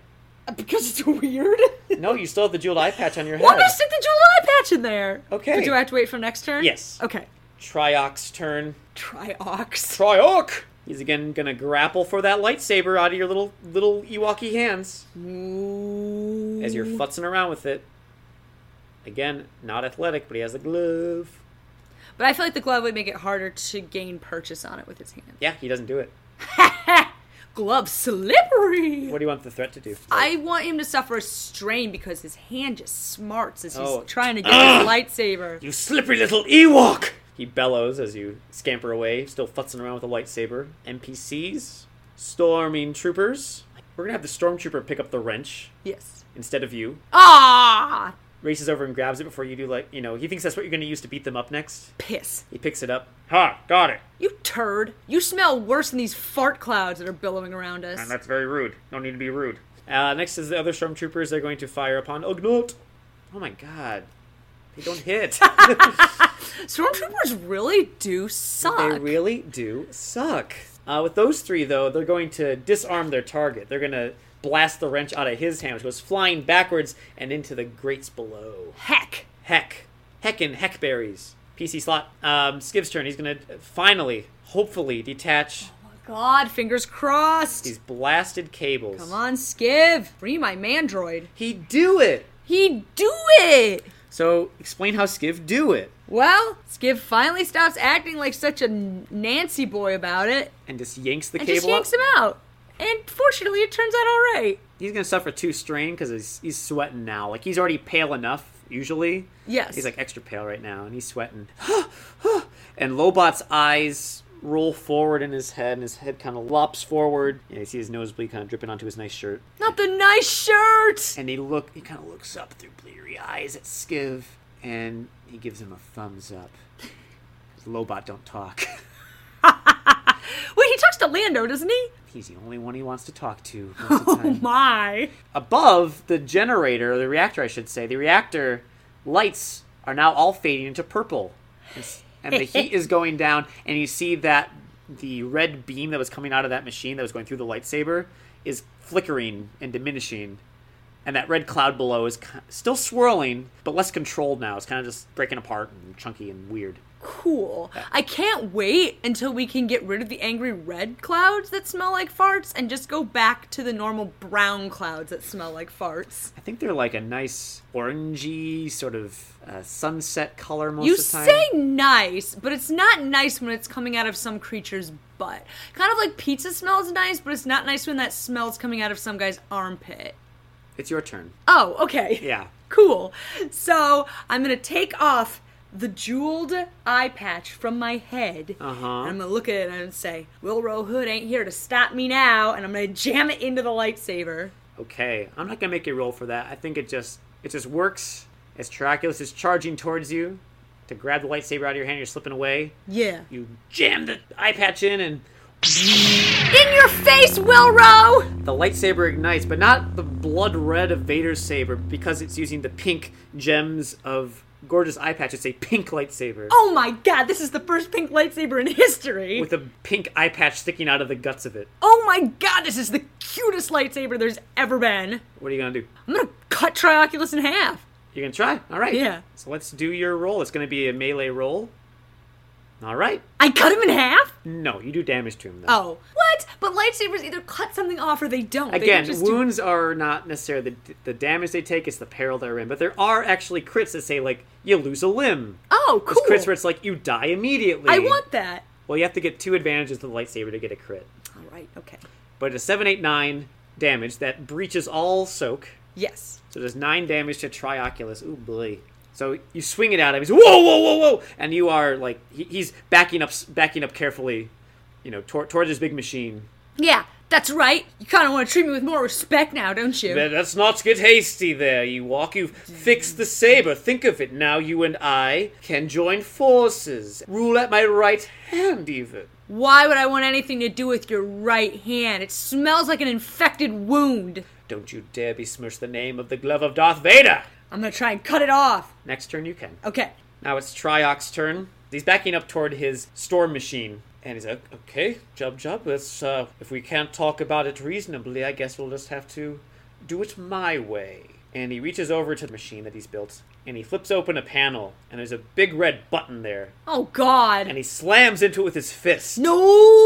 because it's weird.
No, you still have the jeweled eye patch on your head.
Well, I'm gonna stick the jeweled eye patch in there.
Okay.
But do I have to wait for next turn?
Yes.
Okay.
Triox turn.
Triox.
Trioc! He's again gonna grapple for that lightsaber out of your little little Ewoky hands
Ooh.
as you're futzing around with it. Again, not athletic, but he has a glove.
But I feel like the glove would make it harder to gain purchase on it with his hand.
Yeah, he doesn't do it.
Glove slippery.
What do you want the threat to do?
I want him to suffer a strain because his hand just smarts as he's
Oh.
trying to get his lightsaber.
you slippery little Ewok! He bellows as you scamper away, still futzing around with a lightsaber. NPCs, storming troopers. We're gonna have the stormtrooper pick up the wrench
Yes.
instead of you.
Ah,
Races over and grabs it before you do. Like you know, he thinks that's what you're gonna use to beat them up next.
piss!
He picks it up. Ha! Got it.
You turd! You smell worse than these fart clouds that are billowing around us.
That's very rude. No need to be rude. Uh, next is the other stormtroopers. They're going to fire upon Ugnot. Oh my god. They don't hit.
Stormtroopers really do suck.
they really do suck. Uh, with those three, though, they're going to disarm their target. They're going to blast the wrench out of his hand, which goes flying backwards and into the grates below.
Heck!
Heck. Heckin' heckberries. PC slot. Um, Skiv's turn. He's going to finally, hopefully, detach
Oh God, fingers crossed.
these blasted cables.
Come on, Skiv, free my mandroid.
He do it!
He do it.
So explain how Skiv do it.
Well, Skiv finally stops acting like such a Nancy boy about it
And just yanks the
and
cable
just yanks
up.
him out. And fortunately, it turns out all right.
He's gonna suffer two strain because he's, he's sweating now. Like he's already pale enough usually.
Yes.
He's like extra pale right now, and he's sweating. and Lobot's eyes roll forward in his head, and his head kind of lops forward. Yeah, you see his nosebleed kind of dripping onto his nice shirt.
Not the nice shirt.
And he look, he kind of looks up through bleary eyes at Skiv, and he gives him a thumbs up. 'Cause Lobot don't talk.
Wait, he talks to Lando, doesn't he? Oh
He's the only one he wants to talk to. Most of the time.
My.
above the generator, or the reactor, I should say, the reactor lights are now all fading into purple. It's- And the heat is going down, and you see that the red beam that was coming out of that machine that was going through the lightsaber is flickering and diminishing. And that red cloud below is ki- still swirling, but less controlled now. It's kind of just breaking apart and chunky and weird.
Cool. I can't wait until we can get rid of the angry red clouds that smell like farts and just go back to the normal brown clouds that smell like farts.
I think they're like a nice orangey sort of uh, sunset color most
You
of the time.
say nice, but it's not nice when it's coming out of some creature's butt. Kind of like pizza smells nice, but it's not nice when that smell's coming out of some guy's armpit.
It's your turn.
Oh, okay.
Yeah.
Cool. So I'm gonna take off the jeweled eye patch from my head. Uh-huh. And I'm gonna look at it and say, Will Row Hood ain't here to stop me now, and I'm gonna jam it into the lightsaber.
Okay, I'm not gonna make a roll for that. I think it just it just works. As Terraculus is charging towards you to grab the lightsaber out of your hand, you're slipping away.
Yeah.
You jam the eye patch in, and
In your face, Will Row!
the lightsaber ignites, but not the blood red of Vader's saber because it's using the pink gems of gorgeous eye patch. It's a pink lightsaber
Oh my god, this is the first pink lightsaber in history.
with a pink eye patch sticking out of the guts of it.
oh my god, this is the cutest lightsaber there's ever been.
What are you gonna do?
I'm gonna cut Trioculus in half.
You're gonna try. All right.
Yeah.
So let's do your roll. It's gonna be a melee roll. All right.
I cut him in half?
No, you do damage to him though.
Oh. What? But lightsabers either cut something off or they don't. They
Again,
don't just do-
wounds are not necessarily the, the damage they take; it's the peril they're in. But there are actually crits that say like you lose a limb.
Oh, cool.
Crits where it's like you die immediately.
I want that.
Well, you have to get two advantages to the lightsaber to get a crit.
All right. Okay.
But it's seven, eight, nine damage that breaches all soak.
Yes.
So there's nine damage to Trioculus. Ooh boy. So you swing it at him. He's whoa, whoa, whoa, whoa, and you are like he, he's backing up, backing up carefully, you know, tor- towards his big machine.
Yeah, that's right. You kind of want to treat me with more respect now, don't you?
Let us not get hasty there, you walk. You fix the saber. Think of it now. You and I can join forces. Rule at my right hand, even.
Why would I want anything to do with your right hand? It smells like an infected wound.
Don't you dare besmirch the name of the glove of Darth Vader.
I'm gonna try and cut it off.
Next turn, you can.
Okay.
Now it's Triok's turn. He's backing up toward his storm machine. And he's like, okay, Jub Jub, let's, uh, if we can't talk about it reasonably, I guess we'll just have to do it my way. And he reaches over to the machine that he's built, and he flips open a panel, and there's a big red button there.
Oh God.
And he slams into it with his fist.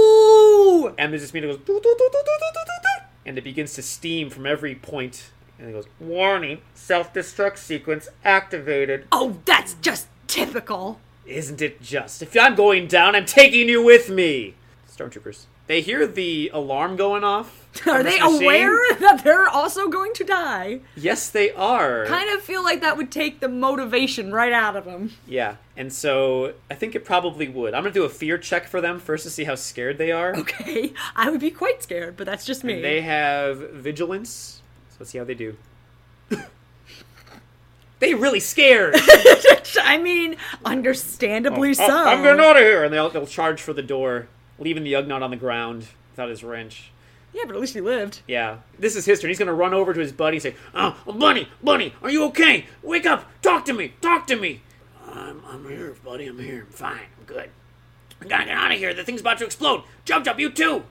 no.
And there's this meter goes, "Doo, doo, doo, doo, doo, doo, doo, doo, doo," and it begins to steam from every point. And it goes, warning, self-destruct sequence activated.
Oh, that's just typical.
Isn't it just? If I'm going down, I'm taking you with me! Stormtroopers. They hear the alarm going off.
Are
on
they
this machine.
aware that they're also going to die?
Yes, they are.
Kind of feel like that would take the motivation right out of them.
Yeah. And so I think it probably would. I'm going to do a fear check for them first to see how scared they are.
Okay. I would be quite scared, but that's just me.
And they have vigilance. So let's see how they do. they really scared.
I mean, understandably so.
"Oh, I'm getting out of here, and they'll, they'll charge for the door, leaving the Ugnaught on the ground without his wrench.
Yeah, but at least he lived.
Yeah, this is history. He's gonna run over to his buddy and say, "Oh, Bunny, Bunny, are you okay? Wake up! Talk to me! Talk to me!"
I'm, I'm here, buddy. I'm here. I'm fine. I'm good. I gotta get out of here. The thing's about to explode. Jump, jump, you too.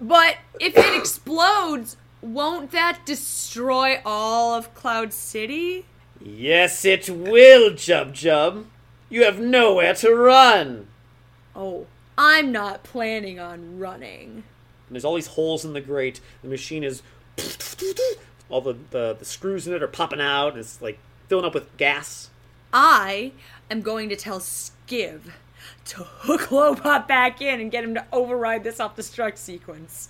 But if it explodes, won't that destroy all of Cloud City?
Yes, it will, Jub Jub. You have nowhere to run.
Oh, I'm not planning on running.
And there's all these holes in the grate. The machine is all the, the the screws in it are popping out. And it's like filling up with gas.
I am going to tell Skiv to hook Lobot back in and get him to override this off destruct sequence.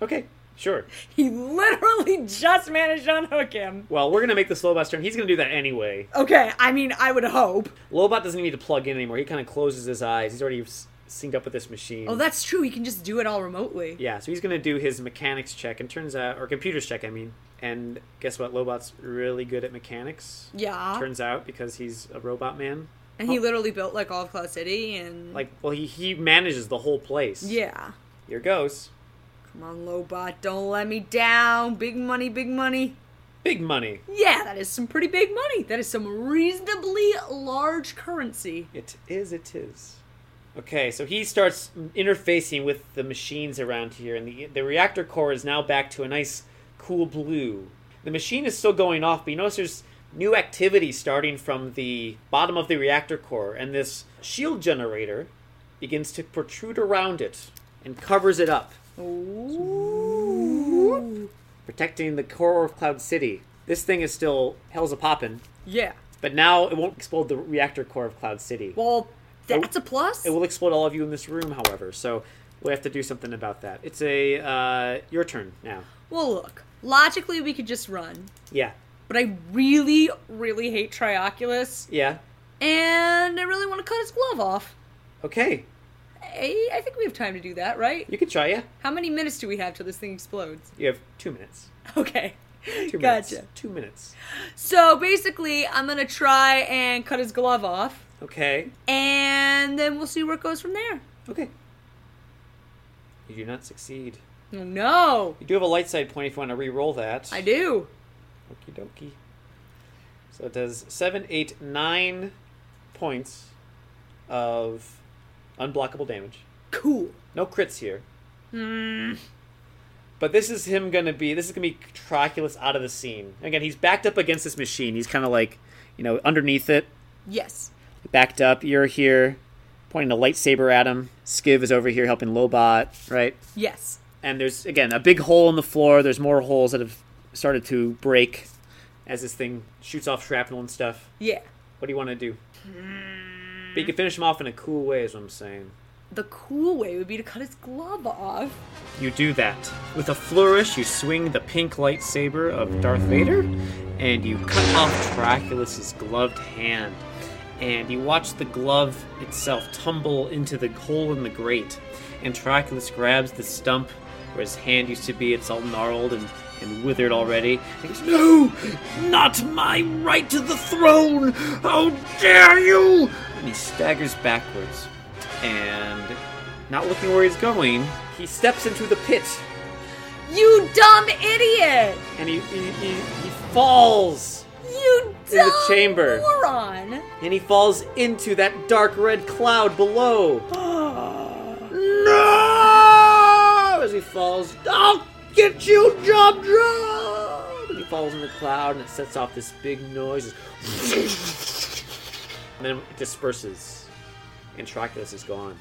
Okay, sure.
He literally just managed to unhook him.
Well, we're gonna make this Lobot's turn. He's gonna do that anyway.
Okay, I mean, I would hope.
Lobot doesn't need to plug in anymore. He kind of closes his eyes. He's already s- synced up with this machine.
Oh, that's true. He can just do it all remotely.
Yeah, so he's gonna do his mechanics check, and turns out, or computers check, I mean. And guess what? Lobot's really good at mechanics.
Yeah.
Turns out because he's a robot man.
and he literally built like all of Cloud City and
Like, well, he he manages the whole place.
yeah.
Here goes.
Come on, Lobot, don't let me down. Big money, big money.
Big money.
Yeah, that is some pretty big money. That is some reasonably large currency.
It is. It is. Okay, so he starts interfacing with the machines around here, and the the reactor core is now back to a nice cool blue. The machine is still going off, but you notice there's new activity starting from the bottom of the reactor core, and this shield generator begins to protrude around it and covers it up,
Ooh.
protecting the core of Cloud City. This thing is still hell's a poppin',
Yeah.
but now it won't explode the reactor core of Cloud City.
Well, that's a plus.
It will explode all of you in this room, however, so we have to do something about that. It's a uh, your turn now.
Well, look. Logically, we could just run.
Yeah,
But I really, really hate Trioculus.
yeah,
And I really want to cut his glove off.
okay.
I, I think we have time to do that, right?
You can try. Yeah,
How many minutes do we have till this thing explodes?
you have two minutes.
Okay.
Two
gotcha.
minutes. Two minutes.
So basically, I'm going to try and cut his glove off.
Okay.
And then we'll see where it goes from there.
Okay. You do not succeed.
Oh, no.
You do have a light side point if you want to re-roll that.
I do.
Okie dokie. So it does seven, eight, nine points of unblockable damage.
Cool.
No crits here. But this is him gonna be. This is gonna be Trioculus out of the scene again. He's backed up against this machine. He's kind of like, you know, underneath it,
Yes.
backed up. You're here, pointing a lightsaber at him. Skiv is over here helping Lobot, right?
Yes.
And there's again a big hole in the floor. There's more holes that have started to break as this thing shoots off shrapnel and stuff.
Yeah.
What do you want to do? But you can finish him off in a cool way, is what I'm saying.
The cool way would be to cut his glove off.
You do that. With a flourish, you swing the pink lightsaber of Darth Vader, and you cut off Dracula's gloved hand. And you watch the glove itself tumble into the hole in the grate. And Traculus grabs the stump where his hand used to be. It's all gnarled and, and withered already. He goes, No! Not my right to the throne! How dare you! And he staggers backwards. And not looking where he's going, he steps into the pit
You dumb idiot!
and he he, he, he falls
You
In
dumb
the chamber.
moron!
and he falls into that dark red cloud below. no! As he falls, I'll get you, Job Job! And he falls in the cloud and it sets off this big noise. and then it disperses. And Traculus is gone.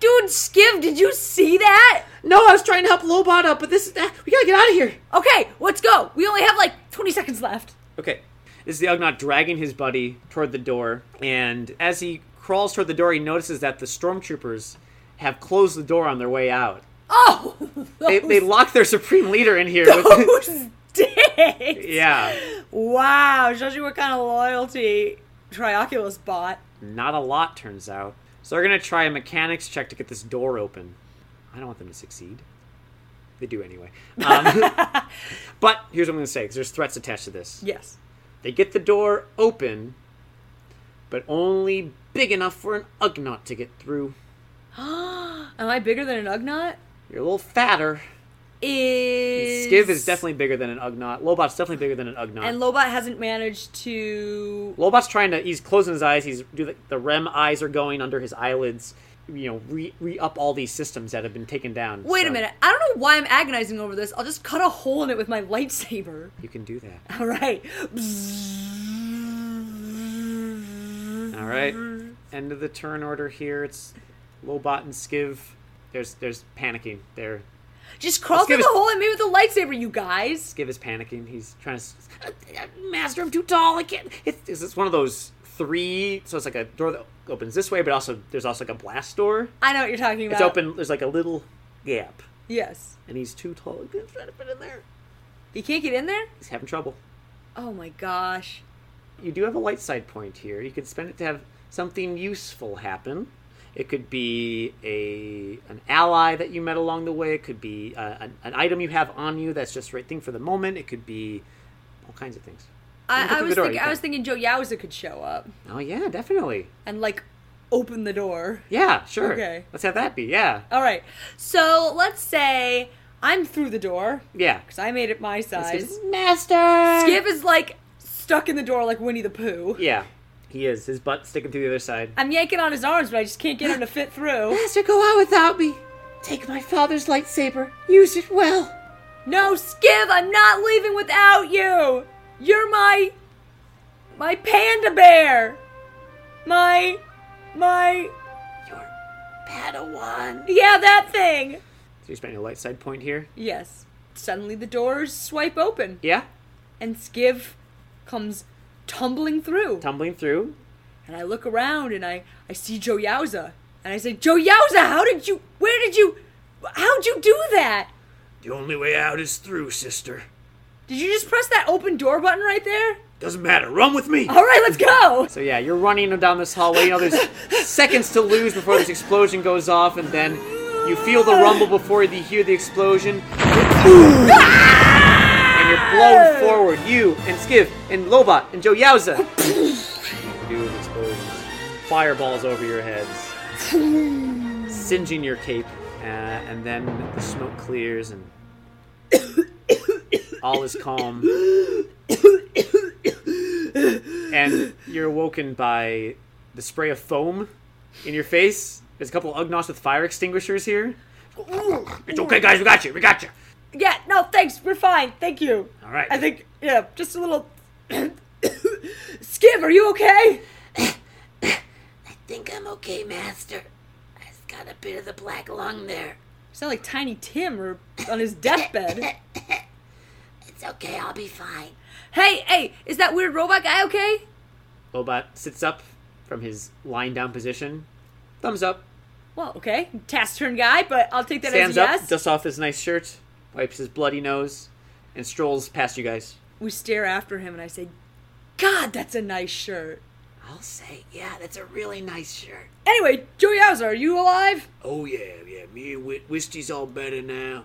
Dude, Skiv, did you see that?
No, I was trying to help Lobot up, but this is. ah, we gotta get out of here!
Okay, let's go. We only have like 20 seconds left.
Okay. This is the Ugnaught dragging his buddy toward the door, and as he crawls toward the door, he notices that the stormtroopers have closed the door on their way out.
Oh,
They,
those,
they lock their supreme leader in here. with-
those dicks!
yeah.
Wow, shows you what kind of loyalty Trioculus bought.
Not a lot, turns out. So they're going to try a mechanics check to get this door open. I don't want them to succeed. They do anyway. Um, but here's what I'm going to say because there's threats attached to this.
Yes.
They get the door open, but only big enough for an Ugnaught to get through.
Am I bigger than an Ugnaught?
You're a little fatter.
Is.
Skiv is definitely bigger than an Ugnaught. Lobot's definitely bigger than an Ugnaught.
And Lobot hasn't managed to.
Lobot's trying to. He's closing his eyes. He's do the, the REM eyes are going under his eyelids. You know, re, re up all these systems that have been taken down.
Wait a
So,
minute. I don't know why I'm agonizing over this. I'll just cut a hole in it with my lightsaber.
You can do that.
All right.
All right.
Mm-hmm.
End of the turn order here. It's Lobot and Skiv. There's there's panicking. There.
Just crawl
give
through the
us-
hole and me with a lightsaber, you guys.
Skiv is panicking. He's trying to. s- Master, I'm too tall. I can't. It's, it's one of those three. So it's like a door that opens this way, but also there's also like a blast door.
I know what you're talking about.
It's open. There's like a little gap,
Yes.
and he's too tall. He's trying to fit in there.
You can't get in there?
He's having trouble.
Oh my gosh.
You do have a light side point here. You could spend it to have something useful happen. It could be a an ally that you met along the way. It could be uh, an, an item you have on you that's just the right thing for the moment. It could be all kinds of things. You can
I, I
open the
was
door,
thinking
you
I was
can.
thinking Joe Yowza could show up
Oh yeah, definitely.
and like open the door.
Yeah, sure.
Okay.
Let's have that be. Yeah,
All right. So let's say I'm through the door
yeah.
because I made it my size.
Skip- Master.
Skip is like stuck in the door like Winnie the Pooh.
Yeah, he is. His butt sticking through the other side.
I'm yanking on his arms, but I just can't get him to fit through.
Master, go out without me. Take my father's lightsaber. Use it well.
No, Skiv, I'm not leaving without you. You're my my panda bear. My my
Your Padawan.
yeah, that thing.
So you're spending a light side point here.
Yes. Suddenly the doors swipe open
Yeah,
and Skiv comes tumbling through.
tumbling through.
And I look around and I I see Joe Yowza and I say, "Joe Yowza, how did you where did you how'd you do that?
The only way out is through, sister.
Did you just press that open door button right there?"
Doesn't matter. Run with me.
All right, let's go.
So yeah, you're running down this hallway. You know, there's seconds to lose before this explosion goes off, and then you feel the rumble before you hear the explosion. and you're blown forward. You and Skiv and Lobot and Joe Yowza. Dude, explosions. Fireballs over your heads, singeing your cape, uh, and then the smoke clears and all is calm and you're awoken by the spray of foam in your face. There's a couple Ugnos with fire extinguishers here.
It's okay, guys. We got you. We got you.
Yeah, no, thanks. We're fine. Thank you.
All right.
I think, yeah, just a little. Skip, are you okay?
think I'm okay, master. I just got a bit of the black lung there.
Sound like Tiny Tim or on his deathbed.
It's okay. I'll be fine.
hey, hey, is that weird robot guy okay?
Lobot sits up from his lying down position. Thumbs up.
Well, okay, task turn guy, but I'll take that
Stands
as a yes.
up, dusts off his nice shirt, wipes his bloody nose, and strolls past you guys.
we stare after him, and I say, "God, that's a nice shirt."
I'll say, yeah, that's a really nice shirt.
Anyway, Joey Yowza, are you alive?
Oh yeah, yeah. Me and Whi- Whiskey's all better now.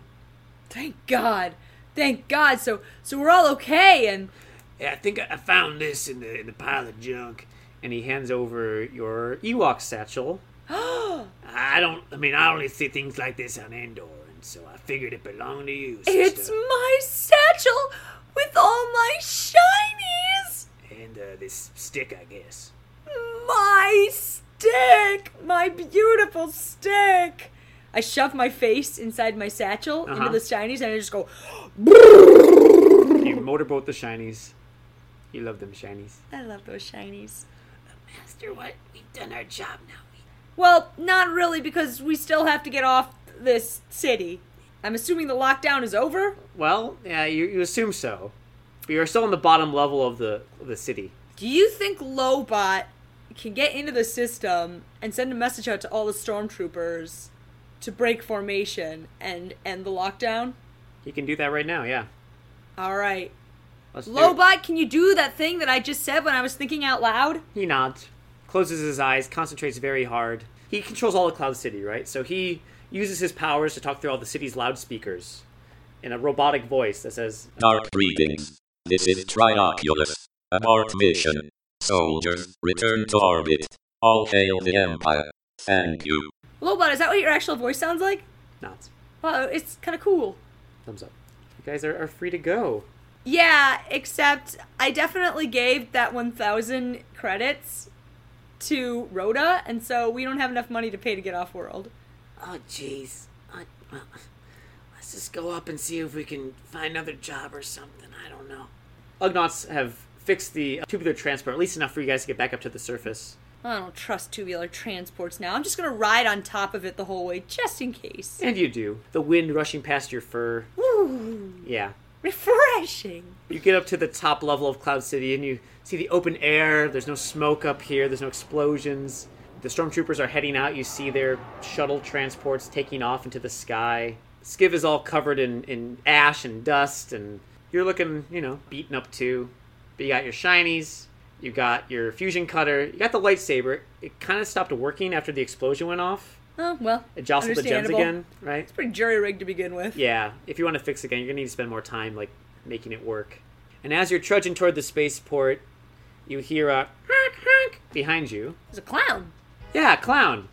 Thank God, thank God. So, so we're all okay, and
Yeah, I think I I found this in the in the pile of junk.
And he hands over your Ewok satchel.
I don't. I mean, I only see things like this on Endor, and so I figured it belonged to you. Sister.
it's my satchel with all my shinies.
and uh, this stick, I guess.
My stick! My beautiful stick! I shove my face inside my satchel into the shinies and I just go,
You motorboat the shinies. You love them shinies.
I love those shinies.
Master, what? We've done our job now.
Well, not really because we still have to get off this city. I'm assuming the lockdown is over.
Well, yeah, you, you assume so. But you're still on the bottom level of the of the city.
Do you think Lobot can get into the system and send a message out to all the stormtroopers to break formation and end the lockdown?
You can do that right now, yeah.
All right.
Let's do it.
Lobot, can you do that thing that I just said when I was thinking out loud?
He nods, closes his eyes, concentrates very hard. He controls all of Cloud City, right? So he uses his powers to talk through all the city's loudspeakers in a robotic voice that says,
Dark greetings. This is Trioculus. Abort mission. Soldiers, return to orbit. All hail the Empire. Thank you.
Lobot, is that what your actual voice sounds like?
nods,
Wow, it's kind of cool.
thumbs up. You guys are, are free to go.
Yeah, except I definitely gave that 1,000 credits to Rhoda, and so we don't have enough money to pay to get off world.
Oh, jeez. I- Well, let's just go up and see if we can find another job or something. I don't know.
Ugnaughts have fixed the tubular transport, at least enough for you guys to get back up to the surface.
I don't trust tubular transports now. I'm just gonna ride on top of it the whole way, just in case.
And you do. The wind rushing past your fur. Yeah.
Refreshing.
You get up to the top level of Cloud City and you see the open air. There's no smoke up here, there's no explosions. The stormtroopers are heading out. You see their shuttle transports taking off into the sky. Skiv is all covered in, in ash and dust, and you're looking, you know, beaten up too. But you got your shinies, you got your fusion cutter, you got the lightsaber. It kind of stopped working after the explosion went off.
Oh well.
It jostled the gems
understandable.
again, right?
Pretty jury rigged to begin with.
Yeah, if you want to fix it again, you're gonna need to spend more time like making it work. And as you're trudging toward the spaceport, you hear a honk, honk behind you.
He's a clown.
Yeah, clown.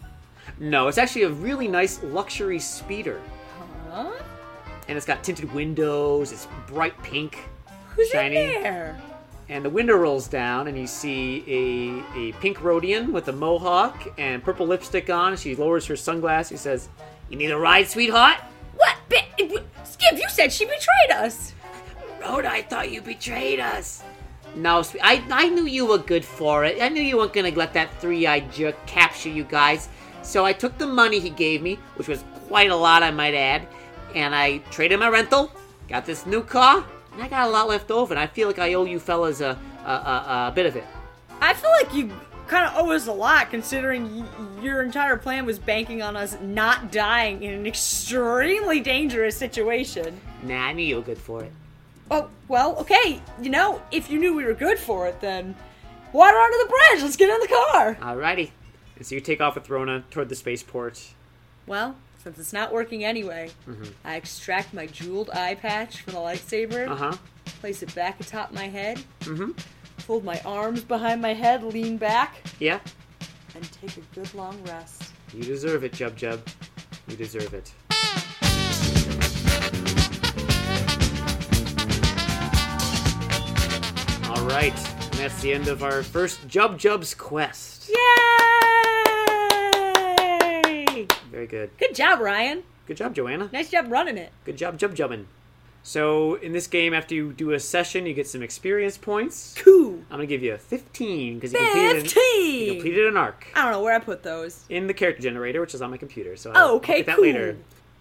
No, it's actually a really nice luxury speeder,
Huh?
and it's got tinted windows. It's bright pink,
Who's
shiny,
in there?
and the window rolls down, and you see a a pink Rhodian with a mohawk and purple lipstick on. She lowers her sunglasses. She says, "You need a ride, sweetheart."
What? Bi- it w- Skip, you said she betrayed us.
Rhoda, I thought you betrayed us. No, sweet- I, I knew you were good for it. I knew you weren't gonna let that three eyed jerk capture you guys. So I took the money he gave me, which was quite a lot, I might add, and I traded my rental, got this new car, and I got a lot left over, and I feel like I owe you fellas a, a, a, a bit of it.
I feel like you kind of owe us a lot, considering y- your entire plan was banking on us not dying in an extremely dangerous situation.
Nah, I knew you were good for it.
Oh well, okay. You know, if you knew we were good for it, then water under the bridge. Let's get in the car.
Alrighty. And so you take off with Rona toward the spaceport.
Well, since it's not working anyway, I extract my jeweled eye patch from the lightsaber,
Uh huh.
place it back atop my head, Mm-hmm. fold my arms behind my head, lean back,
Yeah.
and take a good long rest.
You deserve it, Jub Jub. You deserve it. All right, and that's the end of our first Jub Jub's quest.
Yay!
Very good.
Good job, Ryan.
Good job, Joanna.
Nice job running it.
Good job, Jub Jubbin. So, in this game, after you do a session, you get some experience points.
Cool.
I'm gonna give you 15 because you, completed an- you
Fifteen.
completed an arc.
I don't know where I put those.
in the character generator, which is on my computer. So
Oh,
I'll
okay,
get that
cool.
later.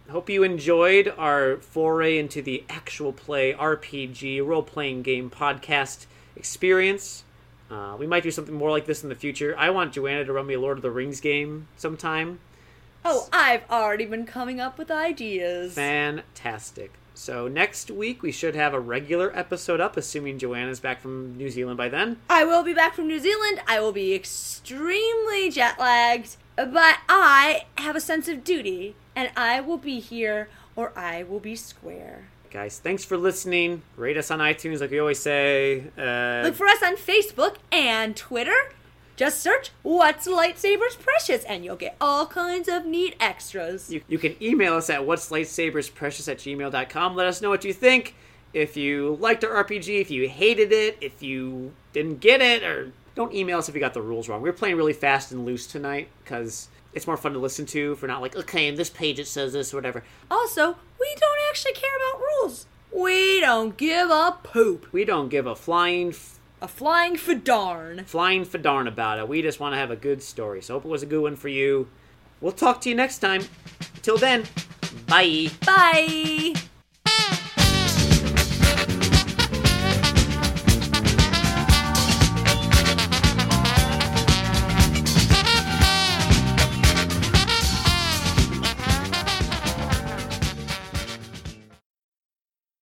Hope you enjoyed our foray into the actual play RPG role playing game podcast experience. Uh, we might do something more like this in the future. I want Joanna to run me a Lord of the Rings game sometime.
Oh, I've already been coming up with ideas.
Fantastic. So next week we should have a regular episode up, assuming Joanna's back from New Zealand by then.
I will be back from New Zealand. I will be extremely jet lagged, but I have a sense of duty, and I will be here or I will be square.
Guys, thanks for listening. Rate us on iTunes, like we always say. Uh,
Look for us on Facebook and Twitter. Just search What's Lightsabers Precious, and you'll get all kinds of neat extras.
You, you can email us at what's lightsabersprecious at gmail.com. Let us know what you think. If you liked our RPG, if you hated it, if you didn't get it, or don't email us if you got the rules wrong. We are playing really fast and loose tonight because it's more fun to listen to if we're not like, okay, in this page it says this or whatever.
Also, we don't actually care about rules. We don't give a poop.
We don't give a flying, f-
A flying for darn.
flying fadarn about it. We just want to have a good story. So hope it was a good one for you. We'll talk to you next time. Till then, bye.
Bye.